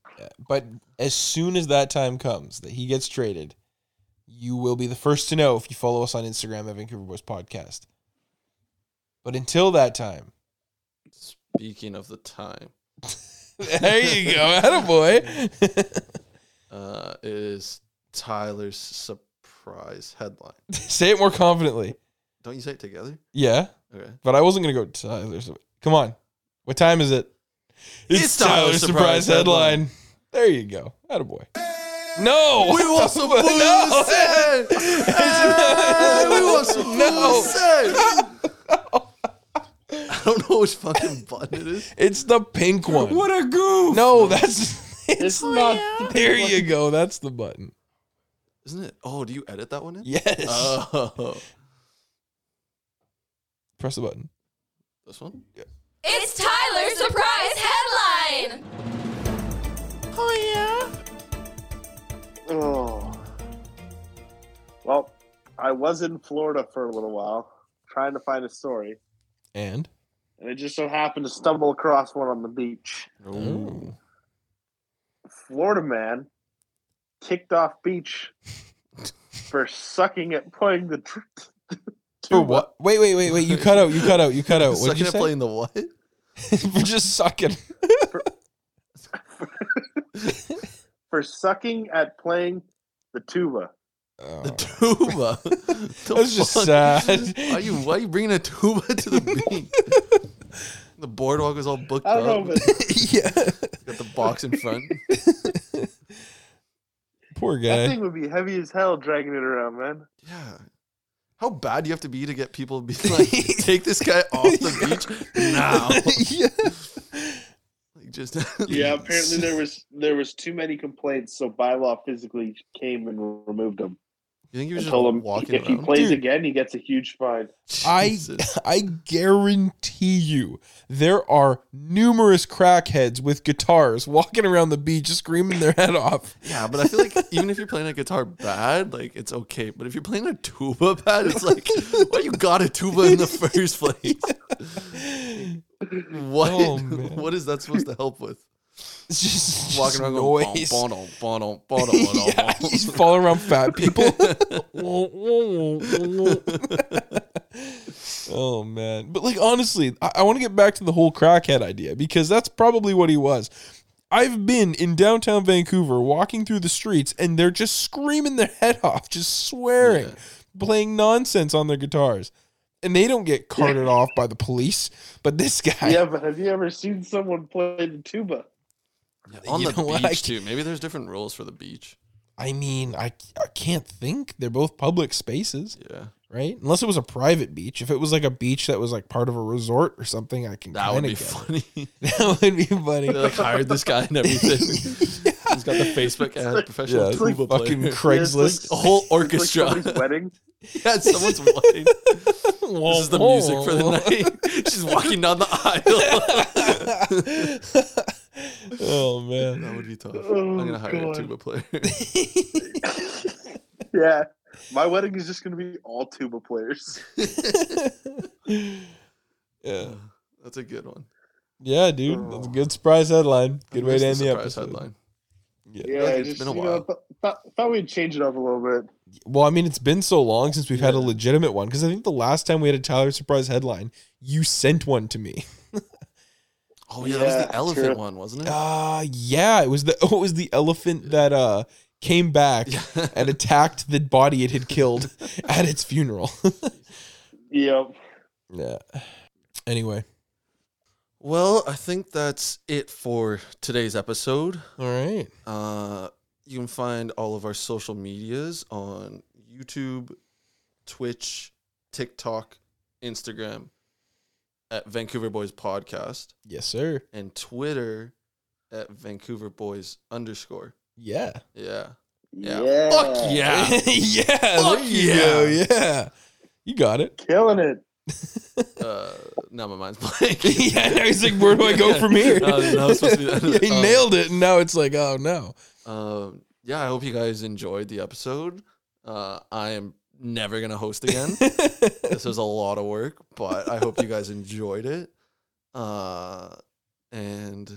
But as soon as that time comes that he gets traded, you will be the first to know if you follow us on Instagram at Vancouver Boys Podcast. But until that time,
Speaking of the time,
there you go, attaboy.
uh, it is Tyler's surprise headline.
Say it more confidently.
Don't you say it together?
Yeah,
Okay.
but I wasn't gonna go Tyler's. Come on, what time is it? It's, Tyler's surprise, headline. There you go, attaboy. No,
We want some food
No.
said. Hey, we want some food
No.
said. I don't know which fucking button it is.
It's the pink one.
a goof!
No, that's it's,
It's not
There you go. That's the button.
Isn't it? Oh, do you edit that one in?
Yes.
Oh,
Press the button.
this one? Yeah.
It's Tyler's surprise headline.
Oh. Well, I was in Florida for a little while trying to find a story,
And
and I just so happened to stumble across one on the beach.
Ooh.
Florida man kicked off beach for sucking at playing the. tr-
for what? Wait, wait, wait, wait. You cut out. You cut out. You cut out. What did
Second
you
at
say?
playing the what?
for just sucking.
for sucking at playing the tuba.
The tuba. The
That's just
fuck?
sad.
Why are you why you bringing a tuba to the beach? the boardwalk was all booked
I don't
up.
know, but
yeah.
Got the box in front.
Poor
that
guy.
thing would be heavy as hell dragging it around, man.
Yeah. How bad do you have to be to get people to be like, take this guy off the beach now?
yeah.
Like just
Yeah, apparently there was there was too many complaints, so bylaw physically came and removed him
You think he was just
and told him
walking
if he
around?
plays
Dude.
again, he gets a huge fine.
I
Jesus.
I guarantee you there are numerous crackheads with guitars walking around the beach screaming their head off.
Yeah, but I feel like even if you're playing a guitar bad, like it's okay. But if you're playing a tuba bad, it's like why you got a tuba in the first place? What
Oh, man.
what is that supposed to help with?
It's just, just
Walking around
noise.
going bono, bono, bono,
yeah, he's falling around fat people. oh man! But like honestly, I, I want to get back to the whole crackhead idea because that's probably what he was. I've been in downtown Vancouver, walking through the streets, and they're just screaming their head off, just swearing, playing nonsense on their guitars, and they don't get carted off by the police. But this guy,
yeah, but have you ever seen someone play the tuba?
On
You
the
know what?
beach
I
too. Maybe there's different rules for the beach.
I mean, I I can't think. They're both public spaces.
Yeah,
right? Unless it was a private beach. If it was like a beach that was like part of a resort or something, I can
that would
kind
be
of get. it.
funny.
That would be funny.
they like hired this guy and everything. He's got the Facebook ad, professional
yeah,
"Oh, tuba
fucking
player.
Craigslist.
a whole
It's
orchestra.
like somebody's wedding.
yeah, someone's wedding. This is the music for the
Oh.
night. She's walking down the aisle.
night. oh man.
that would be tough.
Oh,
I'm gonna hire
God.
a tuba player.
Yeah, my wedding is just gonna be all tuba players.
Yeah.
That's a good one.
Yeah, dude. That's a good surprise headline. Good
I
way
missed
to end the
surprise
episode.
Headline.
Yeah,
like
I
it's
just,
been a
you know,
while.
th- th- thought we'd change it up a little bit.
Well, I mean, it's been so long since we've had a legitimate one because I think the last time we had a Tyler surprise headline, you sent one to me.
Oh yeah, that was
Yeah,
the elephant
true.
one, wasn't it?
Uh yeah, it was the oh, it was the elephant that uh came back and attacked the body it had killed at its funeral.
Yep.
yeah. Anyway,
Well, I think that's it for today's episode.
all right.
Uh, you can find all of our social medias on YouTube, Twitch, TikTok, Instagram at Vancouver Boys Podcast
Yes, sir.
and Twitter at Vancouver Boys underscore.
Yeah.
Yeah.
Yeah.
Yeah. Fuck yeah.
yeah.
Fuck
there you go.
yeah.
Yeah. You got it.
Killing it.
uh, now my mind's blank.
yeah. Now he's like, where do I go from here?
That was- that was supposed to be the end of
yeah,
it.
he
Um,
nailed it, and now it's like, oh no.
Um, yeah, I hope you guys enjoyed the episode. Uh, I am never gonna host again. this was a lot of work, but I hope you guys enjoyed it. Uh, and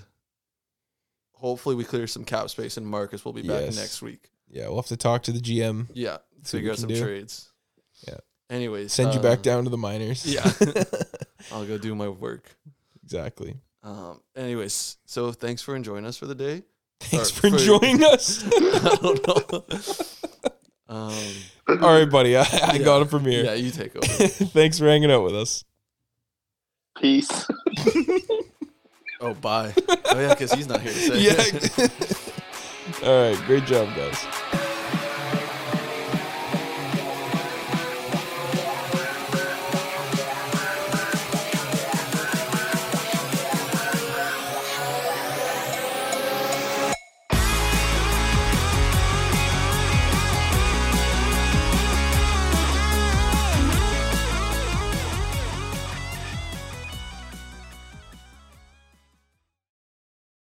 hopefully we clear some cap space and Marcus will be back
Yes.
next week.
yeah, we'll have to talk to the GM.
Yeah,
See what we
figure out
can
some
do.
trades.
Yeah.
Anyways,
Send you back
uh,
down to the miners.
Yeah, I'll go do my work.
exactly.
Um. Anyways, so thanks for enjoying us for the day.
Thanks
Or
for joining us.
I don't know. um.
All right, buddy. I, I
Yeah.
got it from here.
Yeah, you take over.
Thanks for hanging out with us.
Peace.
Oh, bye. Oh, yeah, because he's not here to say.
Yeah. All right. Great job, guys.